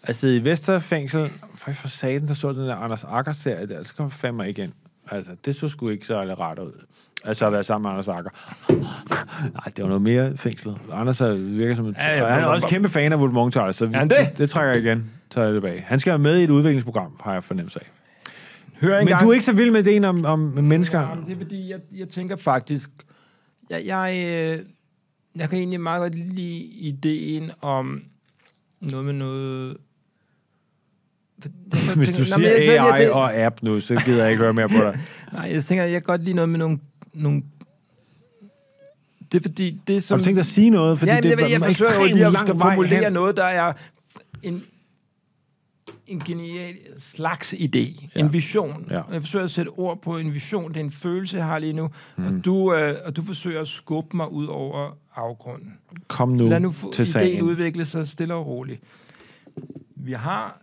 [SPEAKER 1] at sidde i Vesterfængsel, for for satan, der så den der Anders Akker-serie der, så kom fandme ikke ind. Altså, det så sgu ikke særlig rart ud. Altså at være sammen med Anders Akker. Nej, det var noget mere fængslet. Anders er- virker som en...
[SPEAKER 2] Ja, ja,
[SPEAKER 1] og han er
[SPEAKER 2] hvor-
[SPEAKER 1] også kæmpe fan af Wood Montale, så vi,
[SPEAKER 2] Er han det?
[SPEAKER 1] det trækker jeg igen. Tager jeg tilbage. Han skal være med i et udviklingsprogram, har jeg fornemmelse af.
[SPEAKER 2] hør
[SPEAKER 1] Men du er ikke så vild med ideen om, om mennesker?
[SPEAKER 2] Jamen, det er fordi, jeg, jeg tænker faktisk... Jeg, jeg, øh, jeg kan egentlig meget godt lide ideen om noget med noget...
[SPEAKER 1] (laughs) Hvis du
[SPEAKER 2] Nå, men jeg
[SPEAKER 1] siger
[SPEAKER 2] tænker,
[SPEAKER 1] AI
[SPEAKER 2] det-
[SPEAKER 1] og app nu, så gider jeg ikke høre mere på dig.
[SPEAKER 2] Nej, jeg tænker, jeg kan godt lide noget med nogle... nogle det er fordi, det
[SPEAKER 1] Har
[SPEAKER 2] som...
[SPEAKER 1] du tænkt dig at sige noget? Fordi
[SPEAKER 2] ja, men
[SPEAKER 1] det
[SPEAKER 2] jeg,
[SPEAKER 1] var
[SPEAKER 2] ved- jeg
[SPEAKER 1] en
[SPEAKER 2] forsøger jo
[SPEAKER 1] ekstremt
[SPEAKER 2] lige at
[SPEAKER 1] lang
[SPEAKER 2] skal
[SPEAKER 1] vej
[SPEAKER 2] formulere
[SPEAKER 1] hen.
[SPEAKER 2] noget, der er en, en genial slags idé. Ja. En vision.
[SPEAKER 1] Ja.
[SPEAKER 2] Jeg forsøger at sætte ord på en vision. Det er en følelse, jeg har lige nu. Mm. Og, du, øh, og du forsøger at skubbe mig ud over afgrunden.
[SPEAKER 1] Kom nu,
[SPEAKER 2] Lad nu få
[SPEAKER 1] til
[SPEAKER 2] ideen
[SPEAKER 1] sagen.
[SPEAKER 2] udvikle sig stille og roligt. Vi har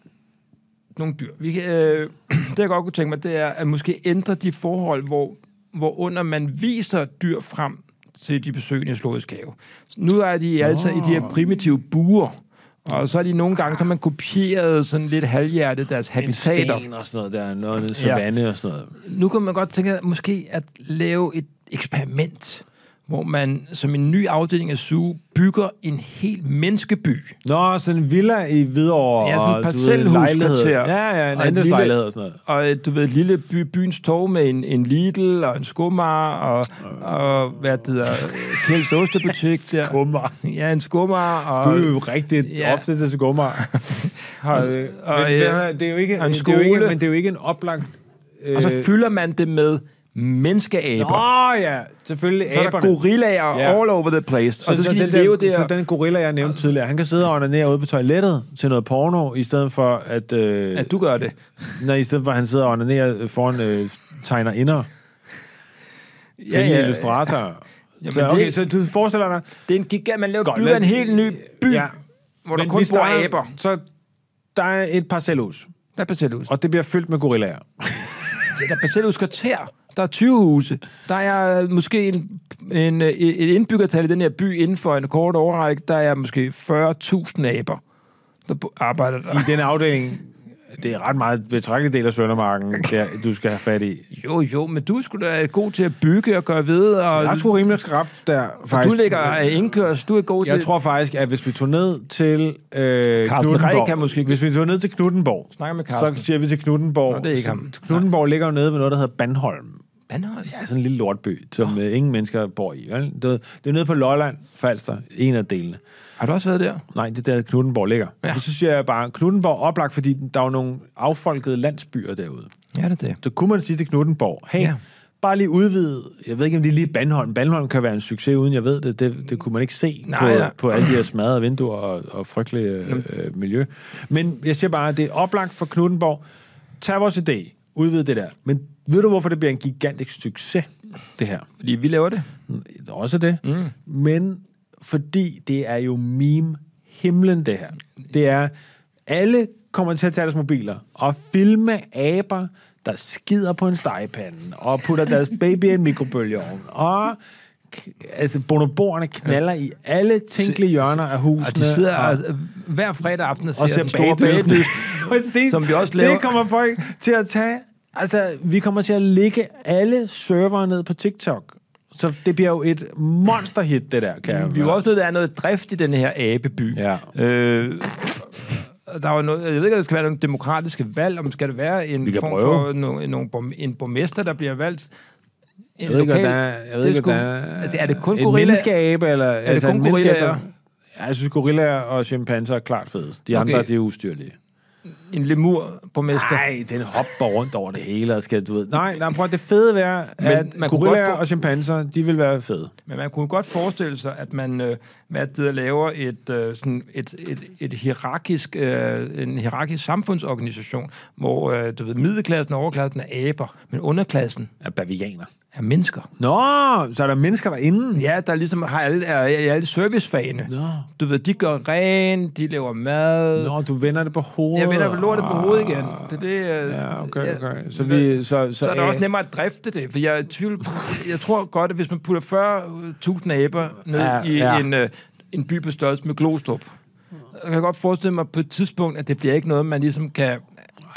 [SPEAKER 2] nogle dyr. Vi, kan, øh, (clears throat) det, jeg godt kunne tænke mig, det er at måske ændre de forhold, hvor, hvor under man viser dyr frem til de besøgende i Zoologisk Have. Så nu er de altså i de her primitive buer, og så er de nogle gange, så har man kopieret sådan lidt halvhjertet deres
[SPEAKER 1] En
[SPEAKER 2] habitater.
[SPEAKER 1] sten og sådan noget der, noget savanne og sådan noget.
[SPEAKER 2] Nu kan man godt tænke, at måske at lave et eksperiment, hvor man som en ny afdeling af Zoo bygger en hel menneskeby.
[SPEAKER 1] Nå, sådan en villa i Hvidovre.
[SPEAKER 2] Ja, sådan et
[SPEAKER 1] og, du ved,
[SPEAKER 2] parcelhuskvarter.
[SPEAKER 1] lejlighed. Ja, ja, en
[SPEAKER 2] Og et
[SPEAKER 1] anden
[SPEAKER 2] lille-
[SPEAKER 1] lejlighed og sådan noget.
[SPEAKER 2] Og øh, du ved, lille by, byens tog med en, en Lidl og en skummer og, og hvad det hedder, Kjelds
[SPEAKER 1] (laughs)
[SPEAKER 2] Ostebutik der.
[SPEAKER 1] Skummer.
[SPEAKER 2] Ja, en skummer og...
[SPEAKER 1] Du er jo rigtig
[SPEAKER 2] Ja.
[SPEAKER 1] ja. ofte til skummer. (laughs) Har, øh, men,
[SPEAKER 2] og, øh,
[SPEAKER 1] men, det er jo ikke,
[SPEAKER 2] og en
[SPEAKER 1] det er jo ikke,
[SPEAKER 2] skole.
[SPEAKER 1] men det er jo ikke en oplagt... Øh,
[SPEAKER 2] og så fylder man det med menneskeaber.
[SPEAKER 1] Åh ja, selvfølgelig
[SPEAKER 2] Så er der
[SPEAKER 1] aberne.
[SPEAKER 2] gorillaer
[SPEAKER 1] Ja.
[SPEAKER 2] all over the place.
[SPEAKER 1] Så,
[SPEAKER 2] og så skal de
[SPEAKER 1] den der,
[SPEAKER 2] leve der.
[SPEAKER 1] så den gorilla, jeg nævnte tidligere, han kan sidde og onanere ude på toilettet til noget porno, i stedet for at... Øh,
[SPEAKER 2] at du gør det.
[SPEAKER 1] Nej, i stedet for, at han sidder og onanerer foran øh, tegner inder. Ja, ja. illustrator. Jamen, så,
[SPEAKER 2] det-
[SPEAKER 1] okay, så du forestiller dig...
[SPEAKER 2] Det er en gigant, man laver,
[SPEAKER 1] Godt,
[SPEAKER 2] bygger
[SPEAKER 1] lad-
[SPEAKER 2] en helt ny by, ja. hvor der
[SPEAKER 1] Men
[SPEAKER 2] kun
[SPEAKER 1] vi
[SPEAKER 2] bor
[SPEAKER 1] starter-
[SPEAKER 2] aber.
[SPEAKER 1] Så der er et parcelhus,
[SPEAKER 2] Der er parcelhus.
[SPEAKER 1] og det bliver fyldt med gorillaer.
[SPEAKER 2] Der er parcelhuskvarter. Der er 20 huse. Der er øh, måske en, en, øh, et indbyggertal i den her by inden for en kort overrække. Der er måske 40.000 aber, der bo- arbejder der. (laughs)
[SPEAKER 1] I den afdeling, det er ret meget betragtelig del af Søndermarken, der, du skal have fat i.
[SPEAKER 2] Jo, jo, men du skulle da god til at bygge og gøre ved. Og,
[SPEAKER 1] Jeg tror rimelig skrab der,
[SPEAKER 2] du
[SPEAKER 1] faktisk.
[SPEAKER 2] ligger øh, indkørsel. Du er god
[SPEAKER 1] Jeg
[SPEAKER 2] til...
[SPEAKER 1] tror faktisk, at hvis vi tog ned til øh,
[SPEAKER 2] Carsten
[SPEAKER 1] Knuttenborg,
[SPEAKER 2] Rik kan måske-
[SPEAKER 1] hvis vi tog ned til Knuttenborg,
[SPEAKER 2] Snakker med Carsten.
[SPEAKER 1] så siger vi til Knuttenborg.
[SPEAKER 2] Nå, det er ikke ham.
[SPEAKER 1] Knuttenborg ligger jo nede ved noget, der hedder Bandholm.
[SPEAKER 2] Bandhold? Ja. altså-
[SPEAKER 1] Ja, sådan en lille lortby, som øh, ingen mennesker bor i. Vel? Det, det er nede på Lolland, Falster, en af delene.
[SPEAKER 2] Har du også været der?
[SPEAKER 1] Nej, det er der, Knuttenborg ligger.
[SPEAKER 2] Ja.
[SPEAKER 1] Ja. Så siger jeg bare, Knuttenborg er oplagt, fordi der er jo nogle affolkede landsbyer derude.
[SPEAKER 2] Ja, det er det.
[SPEAKER 1] Så kunne man sige til Knuttenborg, hey,
[SPEAKER 2] Ja.
[SPEAKER 1] ja. bare lige udvide, jeg ved ikke, om det er lige Bandholm. Bandholm kan være en succes, uden jeg ved det. Det, det kunne man ikke se
[SPEAKER 2] Nej,
[SPEAKER 1] på,
[SPEAKER 2] ja.
[SPEAKER 1] på alle de her smadrede vinduer og, og frygtelige øh, miljø. Men jeg siger bare, at det er oplagt for Knuttenborg. Tag vores idé, udvid det der. Men ved du, hvorfor det bliver en gigantisk succes, det her?
[SPEAKER 2] Fordi vi laver det.
[SPEAKER 1] Også det. Mm. Men fordi det er jo meme-himlen, det her. Det er, alle kommer til at tage deres mobiler og filme aber, der skider på en stegepande og putter
[SPEAKER 2] (laughs)
[SPEAKER 1] deres baby i en mikrobølgeovn. Og k- altså, bonoborerne knaller i alle tænkelige hjørner af husene.
[SPEAKER 2] Og de sidder
[SPEAKER 1] og-
[SPEAKER 2] og, hver fredag aften og ser,
[SPEAKER 1] og ser
[SPEAKER 2] den store
[SPEAKER 1] bagedysten.
[SPEAKER 2] bagedyst.
[SPEAKER 1] (laughs)
[SPEAKER 2] (laughs)
[SPEAKER 1] Præcis.
[SPEAKER 2] Som vi også laver.
[SPEAKER 1] Det kommer folk til at tage. Altså, vi kommer til at lægge alle servere ned på TikTok. Så det bliver jo et monsterhit, det der, kan jeg
[SPEAKER 2] Vi er jo også nødt til at have noget drift i den her abeby.
[SPEAKER 1] Ja.
[SPEAKER 2] Øh, og der er jo noget, jeg ved ikke, om der skal være nogle demokratiske valg, om skal det være en
[SPEAKER 1] Vi kan
[SPEAKER 2] form
[SPEAKER 1] prøve.
[SPEAKER 2] for nogle, nogle borg, en borgmester, der bliver valgt. En
[SPEAKER 1] Jeg ved ikke, om
[SPEAKER 2] lokal-
[SPEAKER 1] der er, jeg ved
[SPEAKER 2] det
[SPEAKER 1] ikke, om
[SPEAKER 2] sgu-
[SPEAKER 1] der er,
[SPEAKER 2] altså, er det kun
[SPEAKER 1] en
[SPEAKER 2] gorilla?
[SPEAKER 1] menneskeabe, eller... Er
[SPEAKER 2] det kun gorillaer?
[SPEAKER 1] Ja, jeg synes, gorillaer og chimpanser er klart fedest. De
[SPEAKER 2] Okay.
[SPEAKER 1] andre, de er ustyrlige.
[SPEAKER 2] En lemur borgmester.
[SPEAKER 1] Nej, den hopper rundt over det hele, og skal du ved. Nej, nej, prøv at det fede være,
[SPEAKER 2] Men
[SPEAKER 1] at
[SPEAKER 2] man kunne
[SPEAKER 1] gorillaer
[SPEAKER 2] godt få-
[SPEAKER 1] og chimpanser, de vil være fede.
[SPEAKER 2] Men man kunne godt forestille sig, at man øh, hvad det hedder, laver et, øh, sådan et, et, et hierarkisk, øh, en hierarkisk samfundsorganisation, hvor øh, du ved, middelklassen og overklassen er aber, men underklassen
[SPEAKER 1] Er bavianer.
[SPEAKER 2] er mennesker.
[SPEAKER 1] Nå, så er der mennesker derinde.
[SPEAKER 2] Ja, der ligesom har alle, er, er alle servicefagene.
[SPEAKER 1] Nå.
[SPEAKER 2] Du ved, de gør rent, de laver mad.
[SPEAKER 1] Nå, du vender det på hovedet. Ah,
[SPEAKER 2] Jeg vender vel lortet på hovedet igen. Det, er det, øh,
[SPEAKER 1] Ja,
[SPEAKER 2] ja.
[SPEAKER 1] okay, okay. Så, vi, så, så,
[SPEAKER 2] Så er det også
[SPEAKER 1] nemt.
[SPEAKER 2] nemmere at drifte det, for jeg er i tvivl. Jeg tror godt, at hvis man putter 40.000 aber ned
[SPEAKER 1] Ja,
[SPEAKER 2] ja, i
[SPEAKER 1] ja.
[SPEAKER 2] ja. en, øh, en by på størrelse med Glostrup, jeg kan godt forestille mig på et tidspunkt, at det bliver ikke noget, man ligesom kan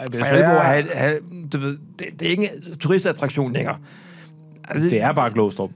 [SPEAKER 2] for
[SPEAKER 1] svært.
[SPEAKER 2] alvor have, have du ved, det, det er ikke en turistattraktion længere. Altså,
[SPEAKER 1] Det er bare Glostrup.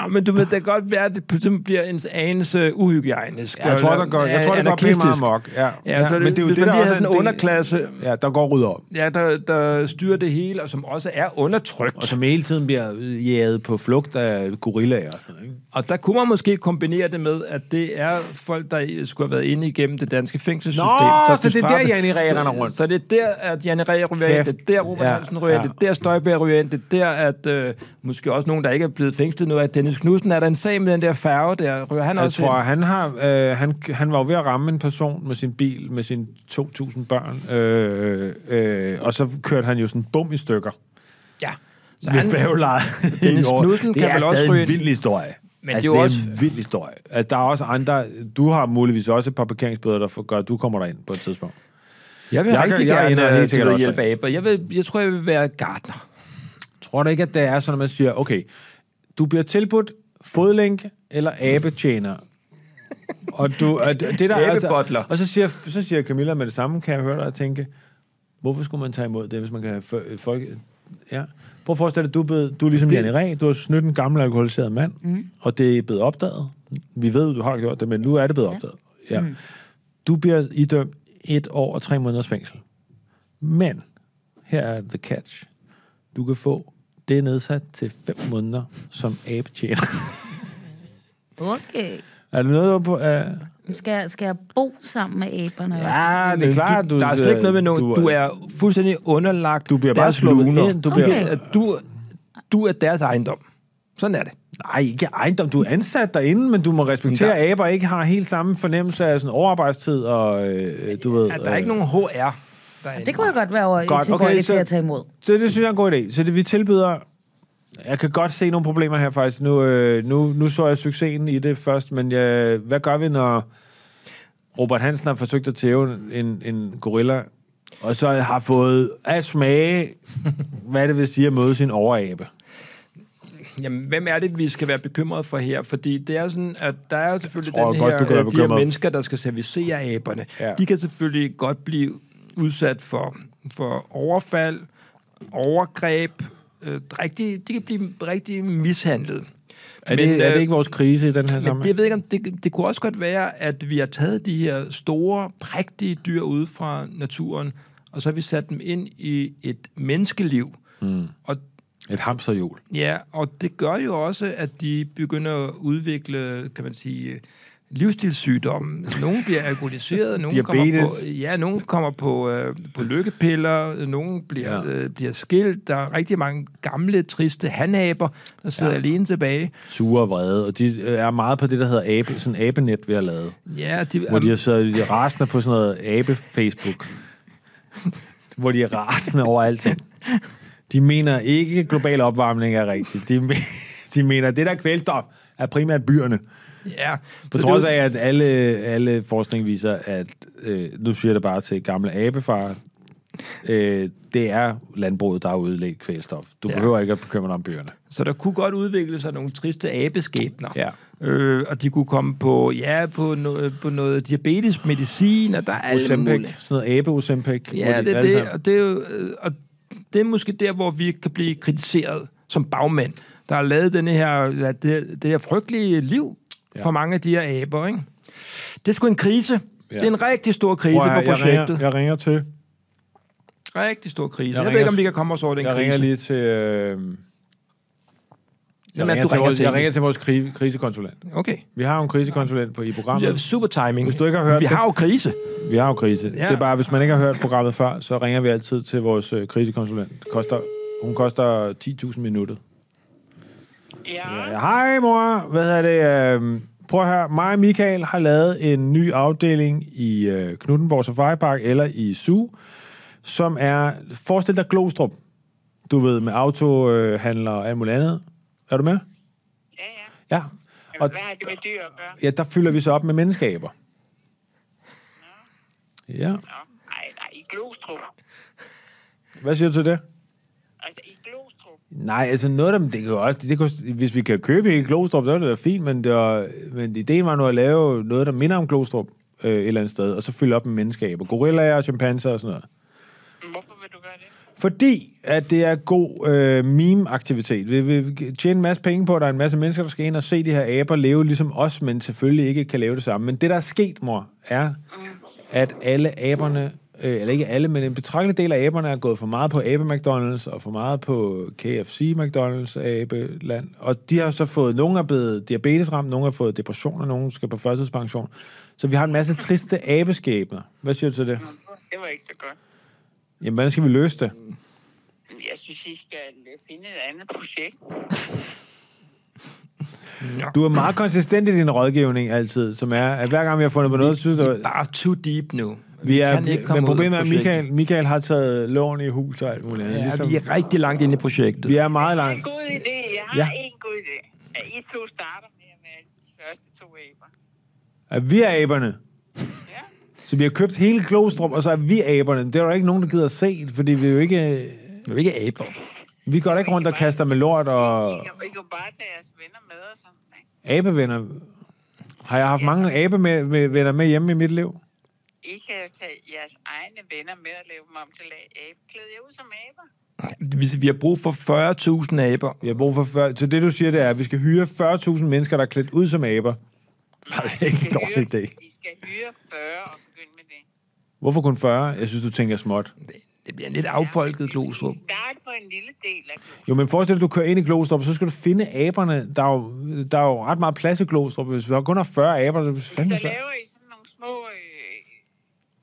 [SPEAKER 2] Ah, men du ved, det kan godt være, at det pludselig bliver en anelse uhygiejnisk.
[SPEAKER 1] Jeg tror, der går, jeg tror, der går pænt meget mok. Ja,
[SPEAKER 2] Ja, så det- hvis man lige
[SPEAKER 1] også
[SPEAKER 2] havde sådan en
[SPEAKER 1] del-
[SPEAKER 2] underklasse-
[SPEAKER 1] Ja, der går rydder op.
[SPEAKER 2] Ja, der, der styrer det hele, og som også er undertrykt.
[SPEAKER 1] Og som hele tiden bliver jaget på flugt af gorillaer. og sådan noget, ikke?
[SPEAKER 2] Og der kunne man måske kombinere det med, at det er folk, der skulle have været inde igennem det danske fængselssystem.
[SPEAKER 1] Nå,
[SPEAKER 2] der
[SPEAKER 1] så det er der,
[SPEAKER 2] straffes.
[SPEAKER 1] Janne Ræ
[SPEAKER 2] Så-
[SPEAKER 1] render rundt.
[SPEAKER 2] Så det er der, at Janne Ræ ryger ind,
[SPEAKER 1] Kæft.
[SPEAKER 2] det er der, Robert
[SPEAKER 1] Ja,
[SPEAKER 2] ja, Hansen ryger ind,
[SPEAKER 1] ja.
[SPEAKER 2] det er der, Støjberg ryger ind, det er der, at øh, måske også nogen, der ikke er blevet fængslet nu, at Dennis Knudsen, er der en sag med den der færge der, ryger han
[SPEAKER 1] Jeg
[SPEAKER 2] også
[SPEAKER 1] tror,
[SPEAKER 2] ind?
[SPEAKER 1] han, har, øh, han, han var jo ved at ramme en person med sin bil, med sine 2.000 børn, øh, øh, og så kørte han jo sådan bum i stykker.
[SPEAKER 2] Ja. Så
[SPEAKER 1] Så ved
[SPEAKER 2] han,
[SPEAKER 1] færgelejet.
[SPEAKER 2] (laughs) Dennis Knudsen
[SPEAKER 1] det
[SPEAKER 2] kan
[SPEAKER 1] er
[SPEAKER 2] vel også
[SPEAKER 1] stadig
[SPEAKER 2] ryge
[SPEAKER 1] en
[SPEAKER 2] ind.
[SPEAKER 1] vild historie.
[SPEAKER 2] Men
[SPEAKER 1] altså,
[SPEAKER 2] det er jo
[SPEAKER 1] det er en vild historie. Altså, der er også andre... Du har muligvis også et par parkeringsbøder, der for- gør, at du kommer derind på et tidspunkt.
[SPEAKER 2] jeg vil
[SPEAKER 1] Jeg
[SPEAKER 2] jeg
[SPEAKER 1] kan-
[SPEAKER 2] rigtig
[SPEAKER 1] jeg
[SPEAKER 2] gerne øh,
[SPEAKER 1] ender helt
[SPEAKER 2] jeg
[SPEAKER 1] sikkert
[SPEAKER 2] jeg
[SPEAKER 1] også
[SPEAKER 2] hjælpe aber. Jeg, vil, jeg tror, jeg vil være gartner.
[SPEAKER 1] Tror du ikke, at det er sådan, at man siger, okay, du bliver tilbudt fodlænke eller abetjener? Og du, og det det der er
[SPEAKER 2] Abebutler.
[SPEAKER 1] og så siger, så siger Camilla med det samme, kan jeg høre dig og tænke, hvorfor skulle man tage imod det, hvis man kan have fø- folk... Ja. Prøv at forestille dig, du, er blevet, du er ligesom det... Janne Ræ, du har snydt en gammel alkoholiseret mand, mm. og det er blevet opdaget. Vi ved, du har gjort det, men nu er det blevet opdaget. Ja. Mm. Du bliver idømt et år og tre måneders fængsel. Men, her er the catch. Du kan få det nedsat til 5 måneder som abetjener.
[SPEAKER 2] (laughs)
[SPEAKER 4] Okay.
[SPEAKER 1] er det noget, du er på? Uh...
[SPEAKER 4] Skal, jeg- skal jeg bo sammen med aberne ja. også?
[SPEAKER 1] Ja, det er klart. Du,
[SPEAKER 2] der er slet ikke noget med nogen. Du, du er fuldstændig underlagt.
[SPEAKER 1] Du bliver bare
[SPEAKER 2] deres sluppet
[SPEAKER 1] sluget ind.
[SPEAKER 2] ind.
[SPEAKER 1] Du
[SPEAKER 2] Du,
[SPEAKER 1] bliver-
[SPEAKER 2] okay. du, du er deres ejendom. Sådan er det.
[SPEAKER 1] Nej, ikke ejendom. Du er ansat derinde, men du må respektere, at aber ikke har helt samme fornemmelse af sådan overarbejdstid og øh, du ved...
[SPEAKER 2] At der er
[SPEAKER 1] øh,
[SPEAKER 2] ikke nogen HR derinde.
[SPEAKER 4] Det kunne jeg godt være over
[SPEAKER 1] Godt,
[SPEAKER 4] godt,
[SPEAKER 1] okay,
[SPEAKER 4] okay,
[SPEAKER 1] så-
[SPEAKER 4] til at tage imod.
[SPEAKER 1] Så det synes jeg er en god idé. Så det, vi tilbyder... Jeg kan godt se nogle problemer her faktisk. Nu, øh, nu, nu så jeg succesen i det først, men øh, hvad gør vi, når Robert Hansen har forsøgt at tæve en, en gorilla, og så har fået at smage, hvad det vil sige at møde sin overabe?
[SPEAKER 2] Jamen, hvem er det, vi skal være bekymrede for her? Fordi det er sådan, at der er jo selvfølgelig
[SPEAKER 1] tror
[SPEAKER 2] den her,
[SPEAKER 1] godt, du kan være
[SPEAKER 2] øh, de her
[SPEAKER 1] bekymret.
[SPEAKER 2] mennesker, der skal servicere aberne.
[SPEAKER 1] Ja.
[SPEAKER 2] Ja. De kan selvfølgelig godt blive udsat for, for overfald, overgreb, øh, rigtig, de kan blive rigtig mishandlet. øh,
[SPEAKER 1] Er, det, er det ikke vores krise i den her
[SPEAKER 2] Men det,
[SPEAKER 1] sammenhæng?
[SPEAKER 2] jeg ved ikke, om det, det kunne også godt være, at vi har taget de her store, prægtige dyr ude fra naturen, og så har vi sat dem ind i et menneskeliv. Mm. Og,
[SPEAKER 1] Et hamsterhjul.
[SPEAKER 2] ja, og det gør jo også, at de begynder at udvikle, kan man sige, livsstilssygdomme. Nogle bliver
[SPEAKER 1] (laughs)
[SPEAKER 2] alkoholiseret, nogle kommer
[SPEAKER 1] Diabetes.
[SPEAKER 2] på, ja, nogle kommer på, øh, på lykkepiller, nogle bliver,
[SPEAKER 1] Ja.
[SPEAKER 2] ja. øh, bliver skilt. Der er rigtig mange gamle, triste hanaber, der sidder ja. alene tilbage.
[SPEAKER 1] Sure og vrede, og de øh, er meget på det, der hedder abe, sådan abenet, vi har lavet.
[SPEAKER 2] Ja, de,
[SPEAKER 1] Hvor de er, så, de er rasende på sådan noget abe-Facebook. hvor de er rasende over alting. De mener ikke, at global opvarmning er rigtigt. De, me- (laughs) de mener, at det, der er kvælstof, er primært byerne.
[SPEAKER 2] ja.
[SPEAKER 1] På
[SPEAKER 2] Så
[SPEAKER 1] trods
[SPEAKER 2] det-
[SPEAKER 1] af, at alle, alle forskning viser, at øh, nu siger jeg det bare til gamle abefar, øh, det er landbruget, der har udledt kvælstof. Du ja.
[SPEAKER 2] Ja.
[SPEAKER 1] behøver ikke at bekymre dig om byerne.
[SPEAKER 2] Så der kunne godt udvikle sig nogle triste abeskæbner.
[SPEAKER 1] Ja.
[SPEAKER 2] Øh, og de kunne komme på, ja, på, no, på noget diabetesmedicin, og der er alle
[SPEAKER 1] Ozempic,
[SPEAKER 2] mulige.
[SPEAKER 1] sådan noget abe-Ozempic. hvor
[SPEAKER 2] Ja,
[SPEAKER 1] de
[SPEAKER 2] det er
[SPEAKER 1] alle
[SPEAKER 2] det,
[SPEAKER 1] sammen-
[SPEAKER 2] og det, er jo, øh, og det er måske der, hvor vi kan blive kritiseret som bagmænd, der har lavet denne her, ja, det, det her frygtelige liv
[SPEAKER 1] Ja.
[SPEAKER 2] ja. for mange af de her aber. Ikke? Det er sgu en krise. Ja. Det er en rigtig stor krise
[SPEAKER 1] Prøv at
[SPEAKER 2] for
[SPEAKER 1] høre, jeg,
[SPEAKER 2] projektet.
[SPEAKER 1] ringer, jeg ringer til.
[SPEAKER 2] Rigtig stor krise. Jeg, jeg
[SPEAKER 1] ringer-
[SPEAKER 2] ved ikke, om vi kan komme os over den
[SPEAKER 1] Jeg
[SPEAKER 2] krise.
[SPEAKER 1] ringer lige til... Øh, jeg,
[SPEAKER 2] Hvem er
[SPEAKER 1] ringer
[SPEAKER 2] det, du
[SPEAKER 1] til
[SPEAKER 2] ringer
[SPEAKER 1] vores,
[SPEAKER 2] til?
[SPEAKER 1] jeg ringer til vores kri- krisekonsulent.
[SPEAKER 2] Okay.
[SPEAKER 1] Vi har jo en krisekonsulent på i programmet.
[SPEAKER 2] Det er super timing.
[SPEAKER 1] Hvis du ikke har hørt
[SPEAKER 2] vi
[SPEAKER 1] det-
[SPEAKER 2] har jo krise.
[SPEAKER 1] Vi har jo krise. Ja.
[SPEAKER 2] Ja.
[SPEAKER 1] Det er bare, hvis man ikke har hørt programmet før, så ringer vi altid til vores øh, krisekonsulent. Det Koster, hun koster 10.000 minutter. Ja. Hej mor, hvad er det? Øh, prøv at høre, mig og Michael har lavet en ny afdeling i øh, Knuttenborg Safari Park eller i Zoo, som er, forestil dig Glostrup, du ved, med autohandler og alt muligt andet. Er du med?
[SPEAKER 5] Ja, ja.
[SPEAKER 1] Ja.
[SPEAKER 5] Jamen,
[SPEAKER 1] Og
[SPEAKER 5] hvad har det med dyr at gøre?
[SPEAKER 1] ja, der fylder vi så op med menneskeaber. Ja.
[SPEAKER 5] Nå, nej, nej, i Glostrup.
[SPEAKER 1] Hvad siger du til det?
[SPEAKER 5] Altså, i Glostrup.
[SPEAKER 1] Nej, altså noget af dem, det kan godt, det kan, hvis vi kan købe hele Glostrup, så er det da fint, men, det var, men ideen var nu at lave noget, der minder om Glostrup øh, et eller andet sted, og så fylde op med menneskeaber, gorillaer og chimpanser og sådan noget.
[SPEAKER 5] Men Hvorfor vil du gøre det?
[SPEAKER 1] Fordi at det er god øh, meme-aktivitet. Vi vil tjene en masse penge på, at der er en masse mennesker, der skal ind og se de her aber leve ligesom os, men selvfølgelig ikke kan leve det samme. Men det, der er sket, mor, er, at alle aberne, øh, eller ikke alle, men en betragtelig del af aberne er gået for meget på abe-McDonald's og for meget på KFC-McDonald's-abeland. Og de har så fået, nogle er blevet diabetesramt, nogle har fået depression, og nogle skal på førtidspension. Så vi har en masse triste abeskæbner. Hvad siger du til det?
[SPEAKER 5] Det var ikke så godt.
[SPEAKER 1] Jamen, hvordan skal vi løse det?
[SPEAKER 5] Jeg synes, I skal øh, finde et andet projekt.
[SPEAKER 1] Du er meget konsistent i din rådgivning altid, som er, at hver gang vi har fundet på noget, så synes
[SPEAKER 2] Det
[SPEAKER 1] du,
[SPEAKER 2] er bare too deep nu.
[SPEAKER 1] vi er, men
[SPEAKER 2] ud af
[SPEAKER 1] problemet er, at
[SPEAKER 2] projektet.
[SPEAKER 1] Michael, Michael har taget lån i hus og alt muligt. andet,
[SPEAKER 2] Ja,
[SPEAKER 1] ligesom,
[SPEAKER 2] vi er rigtig langt inde i projektet.
[SPEAKER 1] vi er meget
[SPEAKER 5] Det er en
[SPEAKER 1] langt.
[SPEAKER 5] god idé. Jeg har
[SPEAKER 1] Ja.
[SPEAKER 5] ja. en god idé. At I to starter med, med de første to æber.
[SPEAKER 1] At vi er aberne.
[SPEAKER 5] Ja.
[SPEAKER 1] Så vi har købt hele Klostrup, og så er vi aberne. Det er der ikke nogen, der gider at se, fordi vi er jo ikke...
[SPEAKER 2] Vi er ikke aber.
[SPEAKER 1] Vi går da ikke rundt og kaster med lort og
[SPEAKER 5] I kan, I kan bare tage jeres venner med og sådan. ikke?
[SPEAKER 1] abevenner. Har jeg haft mange abe med, med, venner med hjemme i mit liv?
[SPEAKER 5] I kan tage jeres egne venner med og lave dem om til abe. Klæd jer ud som aber.
[SPEAKER 2] Hvis vi har brug for 40.000 aber,
[SPEAKER 1] Vi har brug for 40... Så det, du siger, det er, at vi skal hyre 40.000 mennesker, der er klædt ud som aber. Faktisk ikke en
[SPEAKER 5] I skal
[SPEAKER 1] dårlig idé.
[SPEAKER 5] hyre- I skal hyre 40 og begynde med det.
[SPEAKER 1] Hvorfor kun 40? Jeg synes, du tænker småt.
[SPEAKER 2] det bliver en lidt affolket glosrup.
[SPEAKER 5] Start på en lille del af Glostrup.
[SPEAKER 1] Jo, men forestil dig, at du kører ind i Glostrup, så skal du finde aberne. Der er jo, der er jo ret meget plads i Glostrup. Hvis vi har kun har 40 aber, så
[SPEAKER 5] Så
[SPEAKER 1] fandme så.
[SPEAKER 5] laver I sådan nogle små øh,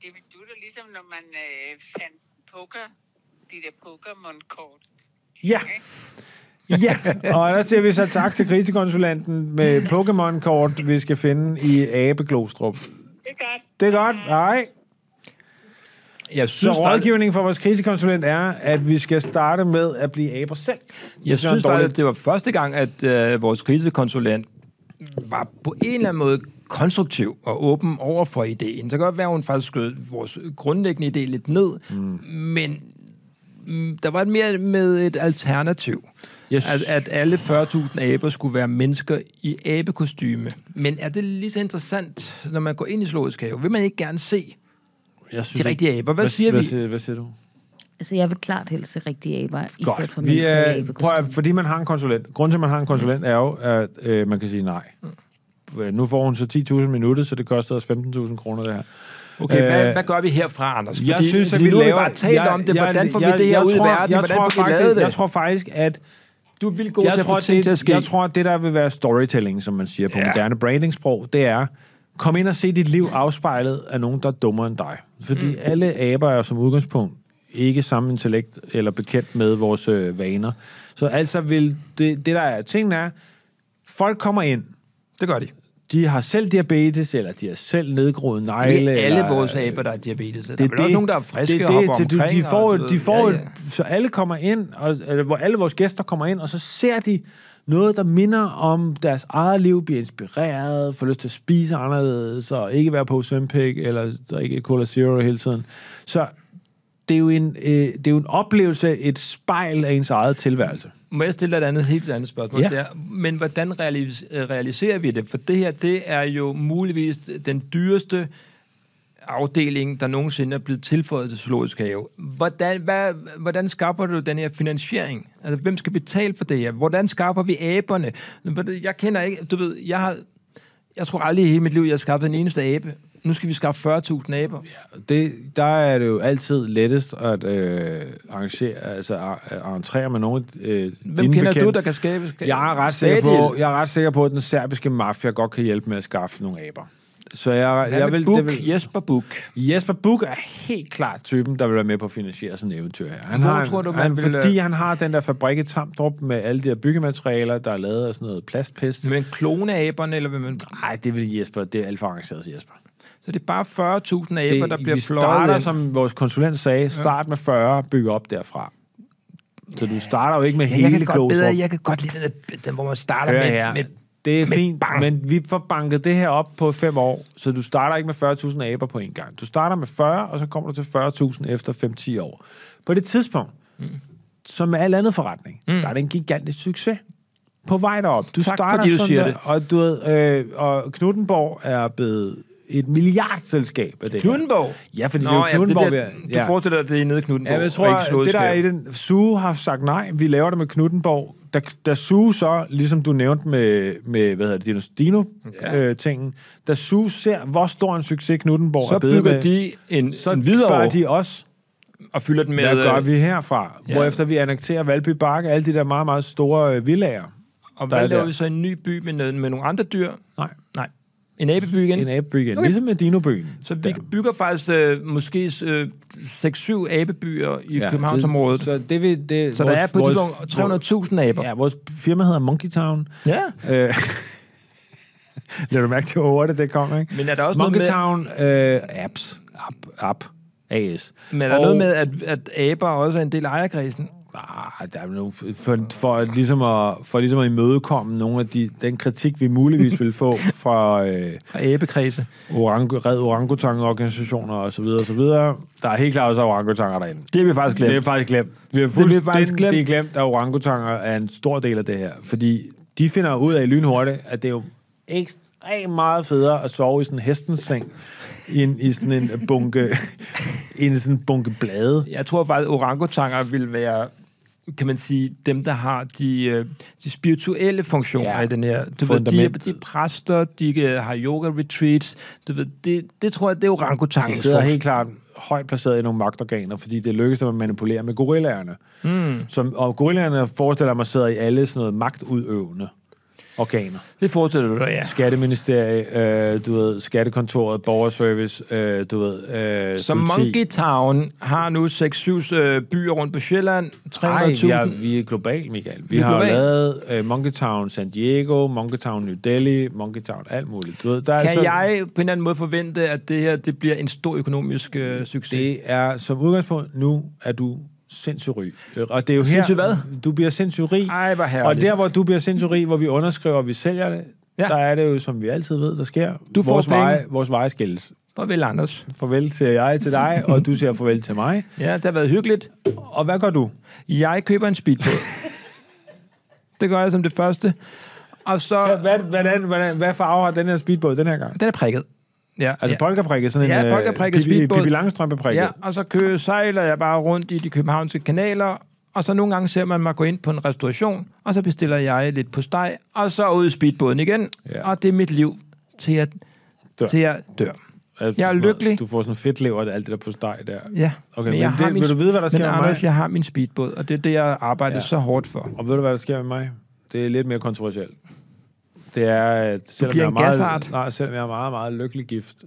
[SPEAKER 5] dividutter, ligesom når man øh, fandt poker, de der Pokémon-kort.
[SPEAKER 1] Ja. Ja, og der siger vi så tak til krisekonsulenten med Pokémon-kort, vi skal finde i Abe Glostrup.
[SPEAKER 5] Det er godt.
[SPEAKER 1] Det er godt, nej.
[SPEAKER 2] Jeg
[SPEAKER 1] Så
[SPEAKER 2] synes, faktisk,
[SPEAKER 1] rådgivningen fra vores krisekonsulent er, at vi skal starte med at blive aber selv.
[SPEAKER 2] jeg synes
[SPEAKER 1] det er en
[SPEAKER 2] faktisk,
[SPEAKER 1] dårlig-
[SPEAKER 2] at det var første gang, at øh, vores krisekonsulent var på en eller anden måde konstruktiv og åben over for ideen. Så kan godt være, at hun faktisk skød vores grundlæggende idé lidt ned, mm. men mm, der var mere med et alternativ.
[SPEAKER 1] Yes.
[SPEAKER 2] At, at alle 40.000 aber skulle være mennesker i abekostyme. Men er det lige så interessant, når man går ind i zoologisk have? Vil man ikke gerne se
[SPEAKER 1] Jeg
[SPEAKER 2] de
[SPEAKER 1] synes,
[SPEAKER 2] rigtige aber? Hvad siger
[SPEAKER 1] hvad,
[SPEAKER 2] vi?
[SPEAKER 1] Siger, hvad siger du?
[SPEAKER 4] Altså, jeg vil klart helst se rigtige aber, i stedet for
[SPEAKER 1] Vi
[SPEAKER 4] mennesker i
[SPEAKER 1] er, prøv at,
[SPEAKER 4] abekostyme.
[SPEAKER 1] fordi man har en konsulent. Grunden til, at man har en konsulent, er jo, at øh, man kan sige nej.
[SPEAKER 4] Mm.
[SPEAKER 1] Øh, Nu får hun så 10.000 minutter, så det koster os 15.000 kroner, det her.
[SPEAKER 2] Okay,
[SPEAKER 1] Øh,
[SPEAKER 2] hvad, hvad gør vi herfra, Anders?
[SPEAKER 1] jeg synes, at
[SPEAKER 2] fordi
[SPEAKER 1] vi
[SPEAKER 2] nu har
[SPEAKER 1] laver...
[SPEAKER 2] bare talt om det. Hvordan får vi det her
[SPEAKER 1] jeg
[SPEAKER 2] ud i
[SPEAKER 1] tror-
[SPEAKER 2] verden?
[SPEAKER 1] Jeg
[SPEAKER 2] Hvordan
[SPEAKER 1] tror,
[SPEAKER 2] får vi
[SPEAKER 1] faktisk,
[SPEAKER 2] lavet det?
[SPEAKER 1] Jeg tror faktisk, at...
[SPEAKER 2] du vil gå til
[SPEAKER 1] Jeg
[SPEAKER 2] at
[SPEAKER 1] tror,
[SPEAKER 2] få ting til at
[SPEAKER 1] det,
[SPEAKER 2] ske.
[SPEAKER 1] jeg tror, at det, der vil være storytelling, som man siger på
[SPEAKER 2] Ja.
[SPEAKER 1] moderne brandingsprog, det er, Kom ind og se dit liv afspejlet af nogen, der er dummere end dig. Fordi mm. alle aber er som udgangspunkt ikke samme intellekt eller bekendt med vores øh, vaner. Så altså vil det, det der er tingen er, folk kommer ind,
[SPEAKER 2] Det gør de.
[SPEAKER 1] de har selv diabetes, eller de har selv nedgroet
[SPEAKER 2] Alle,
[SPEAKER 1] negle.
[SPEAKER 2] alle
[SPEAKER 1] eller,
[SPEAKER 2] vores aber, der er diabetes. Det, der er vel også nogen, der er friske
[SPEAKER 1] øh, det, er
[SPEAKER 2] og hopper
[SPEAKER 1] det, det,
[SPEAKER 2] omkring.
[SPEAKER 1] De får,
[SPEAKER 2] og,
[SPEAKER 1] et, de får
[SPEAKER 2] ja,
[SPEAKER 1] ja,
[SPEAKER 2] ja.
[SPEAKER 1] så alle kommer ind, og, eller, hvor alle vores gæster kommer ind, og så ser de noget, der minder om deres eget liv, bliver inspireret, får lyst til at spise anderledes, og ikke være på Svempik, eller drikke Cola Zero hele tiden. Så det er, jo en, øh, det er jo en oplevelse, et spejl af ens eget tilværelse.
[SPEAKER 2] Må jeg stille dig et andet, helt andet spørgsmål?
[SPEAKER 1] Ja.
[SPEAKER 2] Ja. Der? Men hvordan realis- øh, realiserer vi det? For det her, det er jo muligvis den dyreste afdeling, der nogensinde er blevet tilføjet til Zoologisk Have. Hvordan, hvad, hvordan skaffer du den her finansiering? Altså, hvem skal betale for det her? Hvordan skaffer vi aberne? Jeg kender ikke, du ved, jeg har, jeg tror aldrig i hele mit liv, jeg har skaffet en eneste abe. Nu skal vi skaffe 40.000 aber.
[SPEAKER 1] det, der er det jo altid lettest at øh, arrangere, altså ar- at arrangere med nogen. Øh,
[SPEAKER 2] Hvem kender du, der kan skabe?
[SPEAKER 1] jeg er, ret sikker på, jeg er ret sikker på, at den serbiske mafia godt kan hjælpe med at skaffe nogle aber. Så jeg,
[SPEAKER 2] jeg
[SPEAKER 1] jeg
[SPEAKER 2] vil,
[SPEAKER 1] vil,
[SPEAKER 2] Buk,
[SPEAKER 1] det vil,
[SPEAKER 2] Jesper Buk.
[SPEAKER 1] Jesper Buch er helt klart typen, der vil være med på at finansiere sådan et eventyr her. Han
[SPEAKER 2] Hvor
[SPEAKER 1] har en,
[SPEAKER 2] tror du, man
[SPEAKER 1] han,
[SPEAKER 2] ville-
[SPEAKER 1] Fordi han har den der fabrik i Tamdrup med alle de her byggematerialer, der er lavet af sådan noget plastpest.
[SPEAKER 2] Vil man klone aberne, eller vil man...
[SPEAKER 1] Nej, det vil Jesper. Det er alt for arrangeret til Jesper.
[SPEAKER 2] Så det er bare 40.000 aber,
[SPEAKER 1] det,
[SPEAKER 2] der bliver
[SPEAKER 1] vi
[SPEAKER 2] fløjet
[SPEAKER 1] starter,
[SPEAKER 2] ind.
[SPEAKER 1] som vores konsulent sagde, start med 40, bygge op derfra. Så du starter jo ikke med
[SPEAKER 2] Ja, jeg
[SPEAKER 1] hele
[SPEAKER 2] kan godt
[SPEAKER 1] Glostrup.
[SPEAKER 2] bedre, jeg kan godt lide den, der- den hvor man starter
[SPEAKER 1] Hør
[SPEAKER 2] med,
[SPEAKER 1] her,
[SPEAKER 2] med...
[SPEAKER 1] det er
[SPEAKER 2] med
[SPEAKER 1] fint,
[SPEAKER 2] bang.
[SPEAKER 1] men vi får banket det her op på fem år, så du starter ikke med 40.000 aber på en gang. Du starter med 40, og så kommer du til 40.000 efter 5-10 år. På det tidspunkt, mm. som med al andet forretning, mm. der er det en gigantisk succes på vej derop. Du
[SPEAKER 2] Tak,
[SPEAKER 1] starter
[SPEAKER 2] fordi du
[SPEAKER 1] sådan
[SPEAKER 2] siger
[SPEAKER 1] der,
[SPEAKER 2] det.
[SPEAKER 1] Og, du ved, øh, og Knuttenborg er blevet et milliardselskab af det her.
[SPEAKER 2] Knuthenborg?
[SPEAKER 1] Ja, fordi
[SPEAKER 2] Nå,
[SPEAKER 1] det er jo Knuthenborg,
[SPEAKER 2] Ja,
[SPEAKER 1] ja,
[SPEAKER 2] det der, Du forestiller dig, at det er nede i Knuthenborg,
[SPEAKER 1] Ja, men jeg
[SPEAKER 2] og
[SPEAKER 1] tror,
[SPEAKER 2] ikke
[SPEAKER 1] at det der er i
[SPEAKER 2] Slotskab.
[SPEAKER 1] den... Sue har sagt nej, vi laver det med Knuttenborg. Da, da Sue så, ligesom du nævnte med, med hvad hedder det, Dino-tingen, øh, tingen, da Sue ser, hvor stor en succes Knuttenborg er
[SPEAKER 2] Så
[SPEAKER 1] blevet
[SPEAKER 2] bygger
[SPEAKER 1] med,
[SPEAKER 2] de en,
[SPEAKER 1] så
[SPEAKER 2] en
[SPEAKER 1] spørger
[SPEAKER 2] videre
[SPEAKER 1] de os,
[SPEAKER 2] og fylder den med...
[SPEAKER 1] hvad gør
[SPEAKER 2] øh,
[SPEAKER 1] vi herfra?
[SPEAKER 2] ja.
[SPEAKER 1] Ja. Hvorefter vi annekterer Valby Bakke, alle de der meget, meget store øh, villager.
[SPEAKER 2] Og
[SPEAKER 1] der
[SPEAKER 2] hvad
[SPEAKER 1] er
[SPEAKER 2] laver
[SPEAKER 1] der?
[SPEAKER 2] vi så i en ny by med, noget- med nogle andre dyr?
[SPEAKER 1] Nej,
[SPEAKER 2] Nej. En abeby igen?
[SPEAKER 1] en abeby igen.
[SPEAKER 2] Okay.
[SPEAKER 1] Okay. Ligesom med Dinobyen.
[SPEAKER 2] Så vi
[SPEAKER 1] Der.
[SPEAKER 2] bygger faktisk øh, måske øh, 6-7 abebyer i ja, Københavnsområdet.
[SPEAKER 1] det-
[SPEAKER 2] Så,
[SPEAKER 1] Så, det vil, det,
[SPEAKER 2] så der er på
[SPEAKER 1] vores-
[SPEAKER 2] et tidspunkt 300.000 aber.
[SPEAKER 1] Ja, vores firma hedder Monkey Town.
[SPEAKER 2] ja.
[SPEAKER 1] Øh, (laughs) Lad du mærke til, hvor hurtigt det kom, ikke?
[SPEAKER 2] Men er der også noget
[SPEAKER 1] Monkey
[SPEAKER 2] med-
[SPEAKER 1] Town øh, apps. App, app. AS.
[SPEAKER 2] Men er der og... noget med, at, at aber også er en del af ejerkredsen?
[SPEAKER 1] Ah, der er nogle, for, for, ligesom at, for ligesom at imødekomme nogle af de, den kritik, vi muligvis vil få fra øh,
[SPEAKER 2] Fra abekredse?
[SPEAKER 1] orangu, red orangutang-organisationer og så videre, og så videre. Der er helt klart også orangutanger derinde.
[SPEAKER 2] Det har vi faktisk
[SPEAKER 1] Det er
[SPEAKER 2] glemt.
[SPEAKER 1] faktisk glemt. Vi har
[SPEAKER 2] Det
[SPEAKER 1] fuldstændig
[SPEAKER 2] er faktisk glemt.
[SPEAKER 1] glemt. Det er glemt, at orangutanger er en stor del af det her. Fordi de finder ud af lynhurtigt, at det er jo ekstremt meget federe at sove i sådan en hestens seng, end i sådan en bunke, (laughs) end sådan en bunke blade.
[SPEAKER 2] Jeg tror faktisk, at orangutanger vil være kan man sige, dem, der har de, øh, de spirituelle funktioner ja,
[SPEAKER 1] Ja,
[SPEAKER 2] i den her. Du ved, de, er-
[SPEAKER 1] fundamentet.
[SPEAKER 2] de er præster, de øh, har yoga-retreats. Du ved, det, det tror jeg, det er
[SPEAKER 1] De
[SPEAKER 2] orangutangens
[SPEAKER 1] sidder
[SPEAKER 2] funktion.
[SPEAKER 1] helt klart højt placeret i nogle magtorganer, fordi det lykkes dem at manipulere med gorillaerne. Mm. Som, og gorillaerne forestiller mig sidder i alle sådan noget magtudøvende organer.
[SPEAKER 2] Det forestiller du dig, ja.
[SPEAKER 1] Skatteministerie, øh, du ved, skattekontoret, borgerservice, øh, du ved, øh,
[SPEAKER 2] Så
[SPEAKER 1] politi.
[SPEAKER 2] Monkey Town har nu 6-7 øh, byer rundt på Sjælland. 300.000.
[SPEAKER 1] Nej, vi er, vi er global, Michael. Vi, vi
[SPEAKER 2] er
[SPEAKER 1] har
[SPEAKER 2] global.
[SPEAKER 1] global. lavet øh, Monkey Town San Diego, Monkey Town New Delhi, Monkey Town alt muligt. Du ved, der er
[SPEAKER 2] Kan
[SPEAKER 1] så,
[SPEAKER 2] jeg på en eller anden måde forvente, at det her det bliver en stor økonomisk øh, succes?
[SPEAKER 1] Det er som udgangspunkt, nu er du sindssyg rig. Øh, Og det er jo
[SPEAKER 2] Sindssyg
[SPEAKER 1] her,
[SPEAKER 2] hvad?
[SPEAKER 1] du bliver sindssyg rig.
[SPEAKER 2] Ej, hvor herligt.
[SPEAKER 1] Og der, hvor du bliver sindssyg rig, hvor vi underskriver, og vi sælger det,
[SPEAKER 2] Ja.
[SPEAKER 1] ja. der er det jo, som vi altid ved, der sker.
[SPEAKER 2] Du får
[SPEAKER 1] vores,
[SPEAKER 2] penge.
[SPEAKER 1] veje, vores veje skilles.
[SPEAKER 2] Farvel, Anders.
[SPEAKER 1] Farvel til jeg til dig, og du siger farvel til mig.
[SPEAKER 2] Ja, det har været hyggeligt.
[SPEAKER 1] Og hvad gør du?
[SPEAKER 2] Jeg køber
[SPEAKER 1] (laughs)
[SPEAKER 2] en speedbåd. det gør jeg som det første. Og så...
[SPEAKER 1] Hvad, hvad, hvordan, hvordan, hvad farve har den her speedbåd den her gang?
[SPEAKER 2] Den er prikket. Ja,
[SPEAKER 1] Altså ja. polkaprikket, sådan en
[SPEAKER 2] Ja,
[SPEAKER 1] øh,
[SPEAKER 2] polkaprikket
[SPEAKER 1] Pippi,
[SPEAKER 2] speedbåd.
[SPEAKER 1] Pippi Langstrømpe-prikket.
[SPEAKER 2] Ja, og så kører, sejler jeg bare rundt i de københavnske kanaler, og så nogle gange ser man mig gå ind på en restauration, og så bestiller jeg lidt på steg, og så ud i speedbåden igen, ja.
[SPEAKER 1] Ja.
[SPEAKER 2] og det er mit liv til jeg dør.
[SPEAKER 1] Dør.
[SPEAKER 2] Til jeg dør.
[SPEAKER 1] Altså,
[SPEAKER 2] Jeg er
[SPEAKER 1] sådan noget-
[SPEAKER 2] lykkelig.
[SPEAKER 1] Du får sådan fedt lever og alt det der på steg der.
[SPEAKER 2] Ja,
[SPEAKER 1] Okay, men, men
[SPEAKER 2] har
[SPEAKER 1] det, vil du vide, hvad der sker
[SPEAKER 2] men
[SPEAKER 1] med
[SPEAKER 2] Anders,
[SPEAKER 1] mig?
[SPEAKER 2] jeg har min speedbåd, og det er det, jeg arbejder ja.
[SPEAKER 1] Ja.
[SPEAKER 2] så hårdt for.
[SPEAKER 1] Og ved du, hvad der sker med mig? Det er lidt mere kontroversielt. det er, at selvom
[SPEAKER 2] bliver
[SPEAKER 1] jeg er,
[SPEAKER 2] en
[SPEAKER 1] meget,
[SPEAKER 2] gasart.
[SPEAKER 1] nej, selvom jeg er meget, meget lykkelig gift,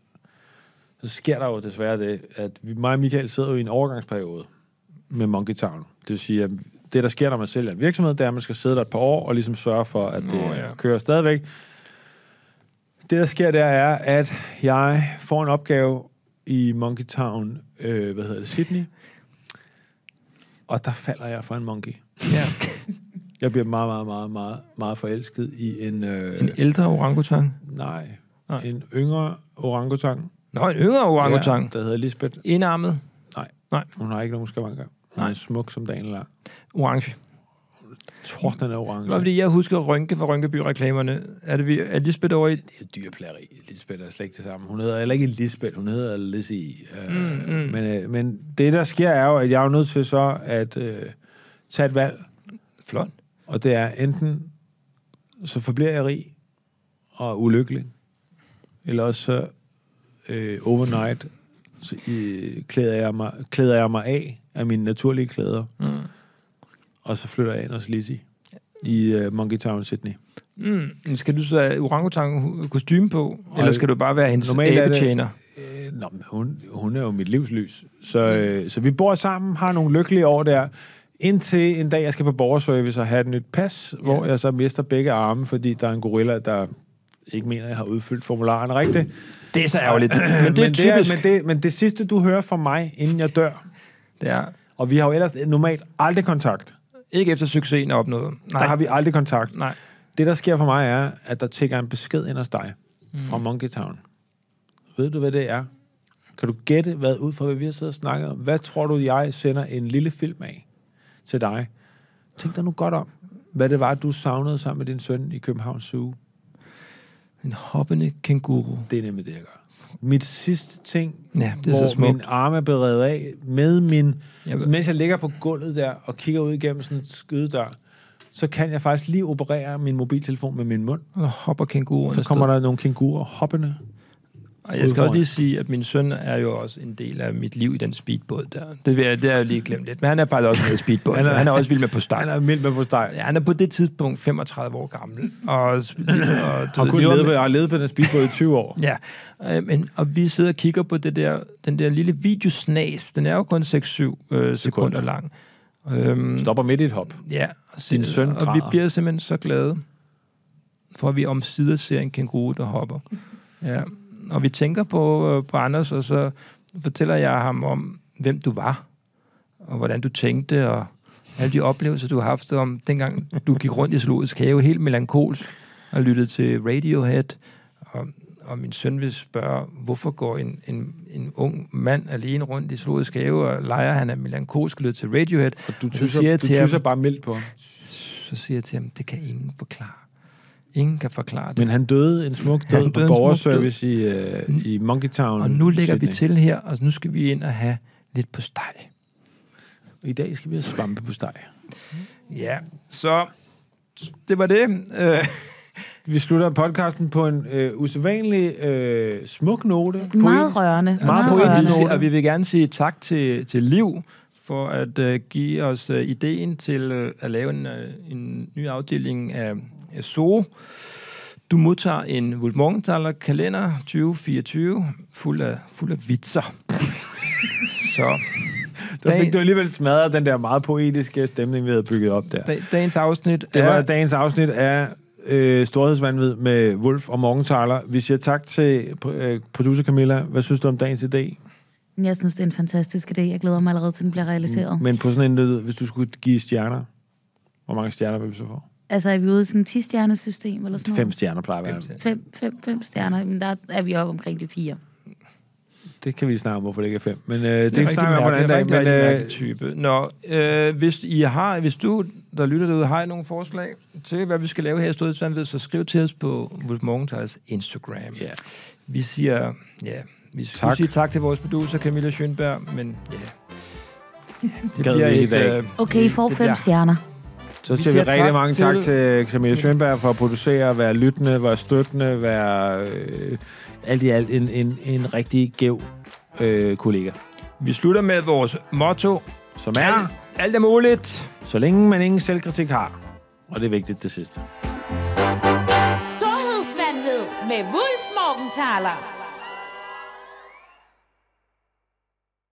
[SPEAKER 1] så sker der jo desværre det, at vi, mig og Michael sidder jo i en overgangsperiode med Monkey Town. Det vil sige, at det, der sker, når man sælger en virksomhed, det er, at man skal sidde der et par år og ligesom sørge for, at det
[SPEAKER 2] Nå, ja.
[SPEAKER 1] kører stadigvæk. Det, der sker, der er, at jeg får en opgave i Monkey Town, øh, hvad hedder det, Sydney, og der falder jeg for en monkey. (laughs)
[SPEAKER 2] Ja.
[SPEAKER 1] Jeg bliver meget, meget, meget, meget, meget forelsket i en... Øh,
[SPEAKER 2] En ældre orangutang.
[SPEAKER 1] Nej.
[SPEAKER 2] Nej.
[SPEAKER 1] En yngre orangutang.
[SPEAKER 2] Nå, en yngre orangutang.
[SPEAKER 1] Ja, der hedder Lisbeth.
[SPEAKER 2] Enarmet.
[SPEAKER 1] Nej.
[SPEAKER 2] Nej.
[SPEAKER 1] Hun har ikke nogen skavanker. Hun
[SPEAKER 2] Nej.
[SPEAKER 1] er smuk som dagen lang.
[SPEAKER 2] Orange.
[SPEAKER 1] Torden er
[SPEAKER 2] Det var
[SPEAKER 1] orange.
[SPEAKER 2] fordi, jeg husker Rønke fra Rønkeby-reklamerne. Er det vi, er Lisbeth over i...
[SPEAKER 1] Det er dyreplageri. Lisbeth er slet ikke det samme. Hun hedder heller ikke Lisbeth, hun hedder Lizzie. Øh, mm, mm. Men, øh, men det, der sker, er jo, at jeg er jo nødt til så at øh, tage et valg.
[SPEAKER 2] Flot.
[SPEAKER 1] Og det er enten, så forbliver jeg rig og ulykkelig, eller også så øh, overnight så, øh, klæder, jeg mig, klæder jeg mig af af mine naturlige klæder, mm. og så flytter jeg ind hos Lizzie i øh, Monkey Town, Sydney.
[SPEAKER 2] Mm. Skal du så have orangutang kostume på? Eller skal du bare være hendes
[SPEAKER 1] Normalt er det-
[SPEAKER 2] abetjener?
[SPEAKER 1] Øh, nå, men hun, hun er jo mit livslys. Så, øh, så vi bor sammen, har nogle lykkelige år der, indtil en dag, jeg skal på borgerservice og have et nyt pas, ja. hvor jeg så mister begge arme, fordi der er en gorilla, der ikke mener, at jeg har udfyldt formularen rigtigt.
[SPEAKER 2] Det er så ærgerligt. Men det er
[SPEAKER 1] men, det er,
[SPEAKER 2] typisk.
[SPEAKER 1] men, det, men det sidste, du hører fra mig, inden jeg dør,
[SPEAKER 2] Det er
[SPEAKER 1] og vi har jo ellers normalt aldrig kontakt.
[SPEAKER 2] ikke efter succesen er opnået.
[SPEAKER 1] Nej. Der har vi aldrig kontakt.
[SPEAKER 2] Nej.
[SPEAKER 1] Det, der sker for mig, er, at der tækker en besked ind hos dig
[SPEAKER 2] Mm.
[SPEAKER 1] fra Monkey Town. Ved du, hvad det er? Kan du gætte, hvad ud fra, hvad vi har siddet og snakket om? Hvad tror du, jeg sender en lille film af til dig? Tænk dig nu godt om, hvad det var, du savnede sammen med din søn i Københavns Zoo.
[SPEAKER 2] En hoppende kænguru.
[SPEAKER 1] Det er nemlig det, jeg gør. Mit sidste ting,
[SPEAKER 2] Ja, det er
[SPEAKER 1] hvor
[SPEAKER 2] så smukt.
[SPEAKER 1] min arm er beredet af, med min,
[SPEAKER 2] Jeg ved-
[SPEAKER 1] mens jeg ligger på gulvet der og kigger ud igennem sådan en skydedør, så kan jeg faktisk lige operere min mobiltelefon med min mund.
[SPEAKER 2] Og hopper kænguruen.
[SPEAKER 1] Så kommer der nogle kængurer hoppende.
[SPEAKER 2] Og jeg skal
[SPEAKER 1] Udfordring.
[SPEAKER 2] også lige sige, at min søn er jo også en del af mit liv i den speedbåd der. Det, vil jeg, det har jeg lige glemt lidt. Men han er faktisk også med i speedbåden. han, er, han er også vild med på steg.
[SPEAKER 1] Han er mild med på steg.
[SPEAKER 2] Ja, han er på det tidspunkt 35 år gammel. Og, og,
[SPEAKER 1] Og
[SPEAKER 2] og
[SPEAKER 1] kun levet på, jeg har levet på den speedbåd i 20
[SPEAKER 2] (laughs)
[SPEAKER 1] år.
[SPEAKER 2] Ja, øh, men, og vi sidder og kigger på det der, den der lille videosnas. Den er jo kun 6-7 øh, sekunder lang. Øhm,
[SPEAKER 1] Stopper midt i et hop.
[SPEAKER 2] ja, og, så-
[SPEAKER 1] Din søn
[SPEAKER 2] og vi
[SPEAKER 1] græder.
[SPEAKER 2] bliver simpelthen så glade, for at vi omsider ser en kænguru, der hopper. Ja. Og vi tænker på, øh, på Anders, og så fortæller jeg ham om, hvem du var, og hvordan du tænkte, og alle de oplevelser, du har haft om, dengang du gik rundt i zoologisk have, helt melankolsk, og lyttede til Radiohead, og, og min søn vil spørge, hvorfor går en, en, en ung mand alene rundt i zoologisk have, og leger han er melankolsk og lytter til Radiohead?
[SPEAKER 1] Og du
[SPEAKER 2] så
[SPEAKER 1] tyser,
[SPEAKER 2] siger jeg
[SPEAKER 1] du
[SPEAKER 2] til ham-
[SPEAKER 1] tyser bare mildt på ham.
[SPEAKER 2] Så siger jeg til ham, det kan ingen forklare. Ingen kan forklare det.
[SPEAKER 1] Men han døde en smuk
[SPEAKER 2] Han
[SPEAKER 1] død
[SPEAKER 2] døde
[SPEAKER 1] på
[SPEAKER 2] en smuk
[SPEAKER 1] borgerservice i, øh, i Monkey Town.
[SPEAKER 2] Og nu lægger vi
[SPEAKER 1] Sydney.
[SPEAKER 2] til her, og nu skal vi ind og have lidt på steg.
[SPEAKER 1] I dag skal vi have svampe på steg.
[SPEAKER 2] Ja, så det var det. Øh,
[SPEAKER 1] Vi slutter podcasten på en øh, usædvanlig øh, smuk note.
[SPEAKER 4] Meget
[SPEAKER 1] Poetisk.
[SPEAKER 4] rørende.
[SPEAKER 1] Meget
[SPEAKER 2] meget
[SPEAKER 1] poetisk.
[SPEAKER 2] poetisk,
[SPEAKER 1] note.
[SPEAKER 2] og vi vil gerne sige tak til, til Liv for at øh, give os øh, ideen til øh, at lave en, øh, en ny afdeling af, af Zoo. Du modtager en Wulmongenthaler kalender 2024 fuld af, fuld af vitser. (laughs) så
[SPEAKER 1] Der fik
[SPEAKER 2] Dag-
[SPEAKER 1] du alligevel smadret den der meget poetiske stemning, vi havde bygget op der.
[SPEAKER 2] dag, dagens afsnit
[SPEAKER 1] Det var
[SPEAKER 2] er...
[SPEAKER 1] dagens afsnit af øh, Storhedsvandvid med Wolf og Morgenthaler. Vi siger tak til øh, producer Camilla. Hvad synes du om dagens idé?
[SPEAKER 4] Jeg synes, det er en fantastisk idé. Jeg glæder mig allerede til, den bliver realiseret.
[SPEAKER 1] Men på sådan en lyd, hvis du skulle give stjerner, hvor mange stjerner vil du så få?
[SPEAKER 4] Altså, er vi ude i sådan et 10-stjernesystem eller sådan
[SPEAKER 1] Fem
[SPEAKER 4] noget?
[SPEAKER 1] stjerner plejer at være.
[SPEAKER 4] Fem, fem, fem stjerner. Men der er vi oppe omkring de fire.
[SPEAKER 1] Det kan vi snakke om, hvorfor det ikke er fem. Men øh, det,
[SPEAKER 2] Det er
[SPEAKER 1] det
[SPEAKER 2] rigtig
[SPEAKER 1] snakker vi om på en anden dag.
[SPEAKER 2] mærkeligt,
[SPEAKER 1] Men,
[SPEAKER 2] rigtig, rigtig
[SPEAKER 1] øh,
[SPEAKER 2] mærkelig type. Nå, øh, hvis, I har, hvis du, der lytter derude, har I nogle forslag til, hvad vi skal lave her i Stødet Sandved, så skriv til os på Wolf Morgenthalers Instagram.
[SPEAKER 1] Ja.
[SPEAKER 2] Vi siger, ja, vi tak.
[SPEAKER 1] Tak.
[SPEAKER 2] sige tak til vores producer Camilla Schönberg, men ja, det øh,
[SPEAKER 1] Gad vi ikke i dag.
[SPEAKER 4] Okay, I får
[SPEAKER 2] det
[SPEAKER 4] fem
[SPEAKER 2] bliver-
[SPEAKER 4] stjerner.
[SPEAKER 1] så
[SPEAKER 2] vi
[SPEAKER 1] siger vi
[SPEAKER 2] siger
[SPEAKER 1] rigtig
[SPEAKER 2] tak
[SPEAKER 1] mange
[SPEAKER 2] til-
[SPEAKER 1] tak til Camilla Schönberg for at producere, være lyttende, være støttende, være øh, alt i alt en, en, en rigtig gæv øh, kollega.
[SPEAKER 2] Vi slutter med vores motto.
[SPEAKER 1] Som
[SPEAKER 2] Ja.
[SPEAKER 1] er,
[SPEAKER 2] Alt er muligt.
[SPEAKER 1] så længe man ingen selvkritik har, og det er vigtigt det sidste.
[SPEAKER 3] Storhed
[SPEAKER 4] Med Wulfs Morgenthaler.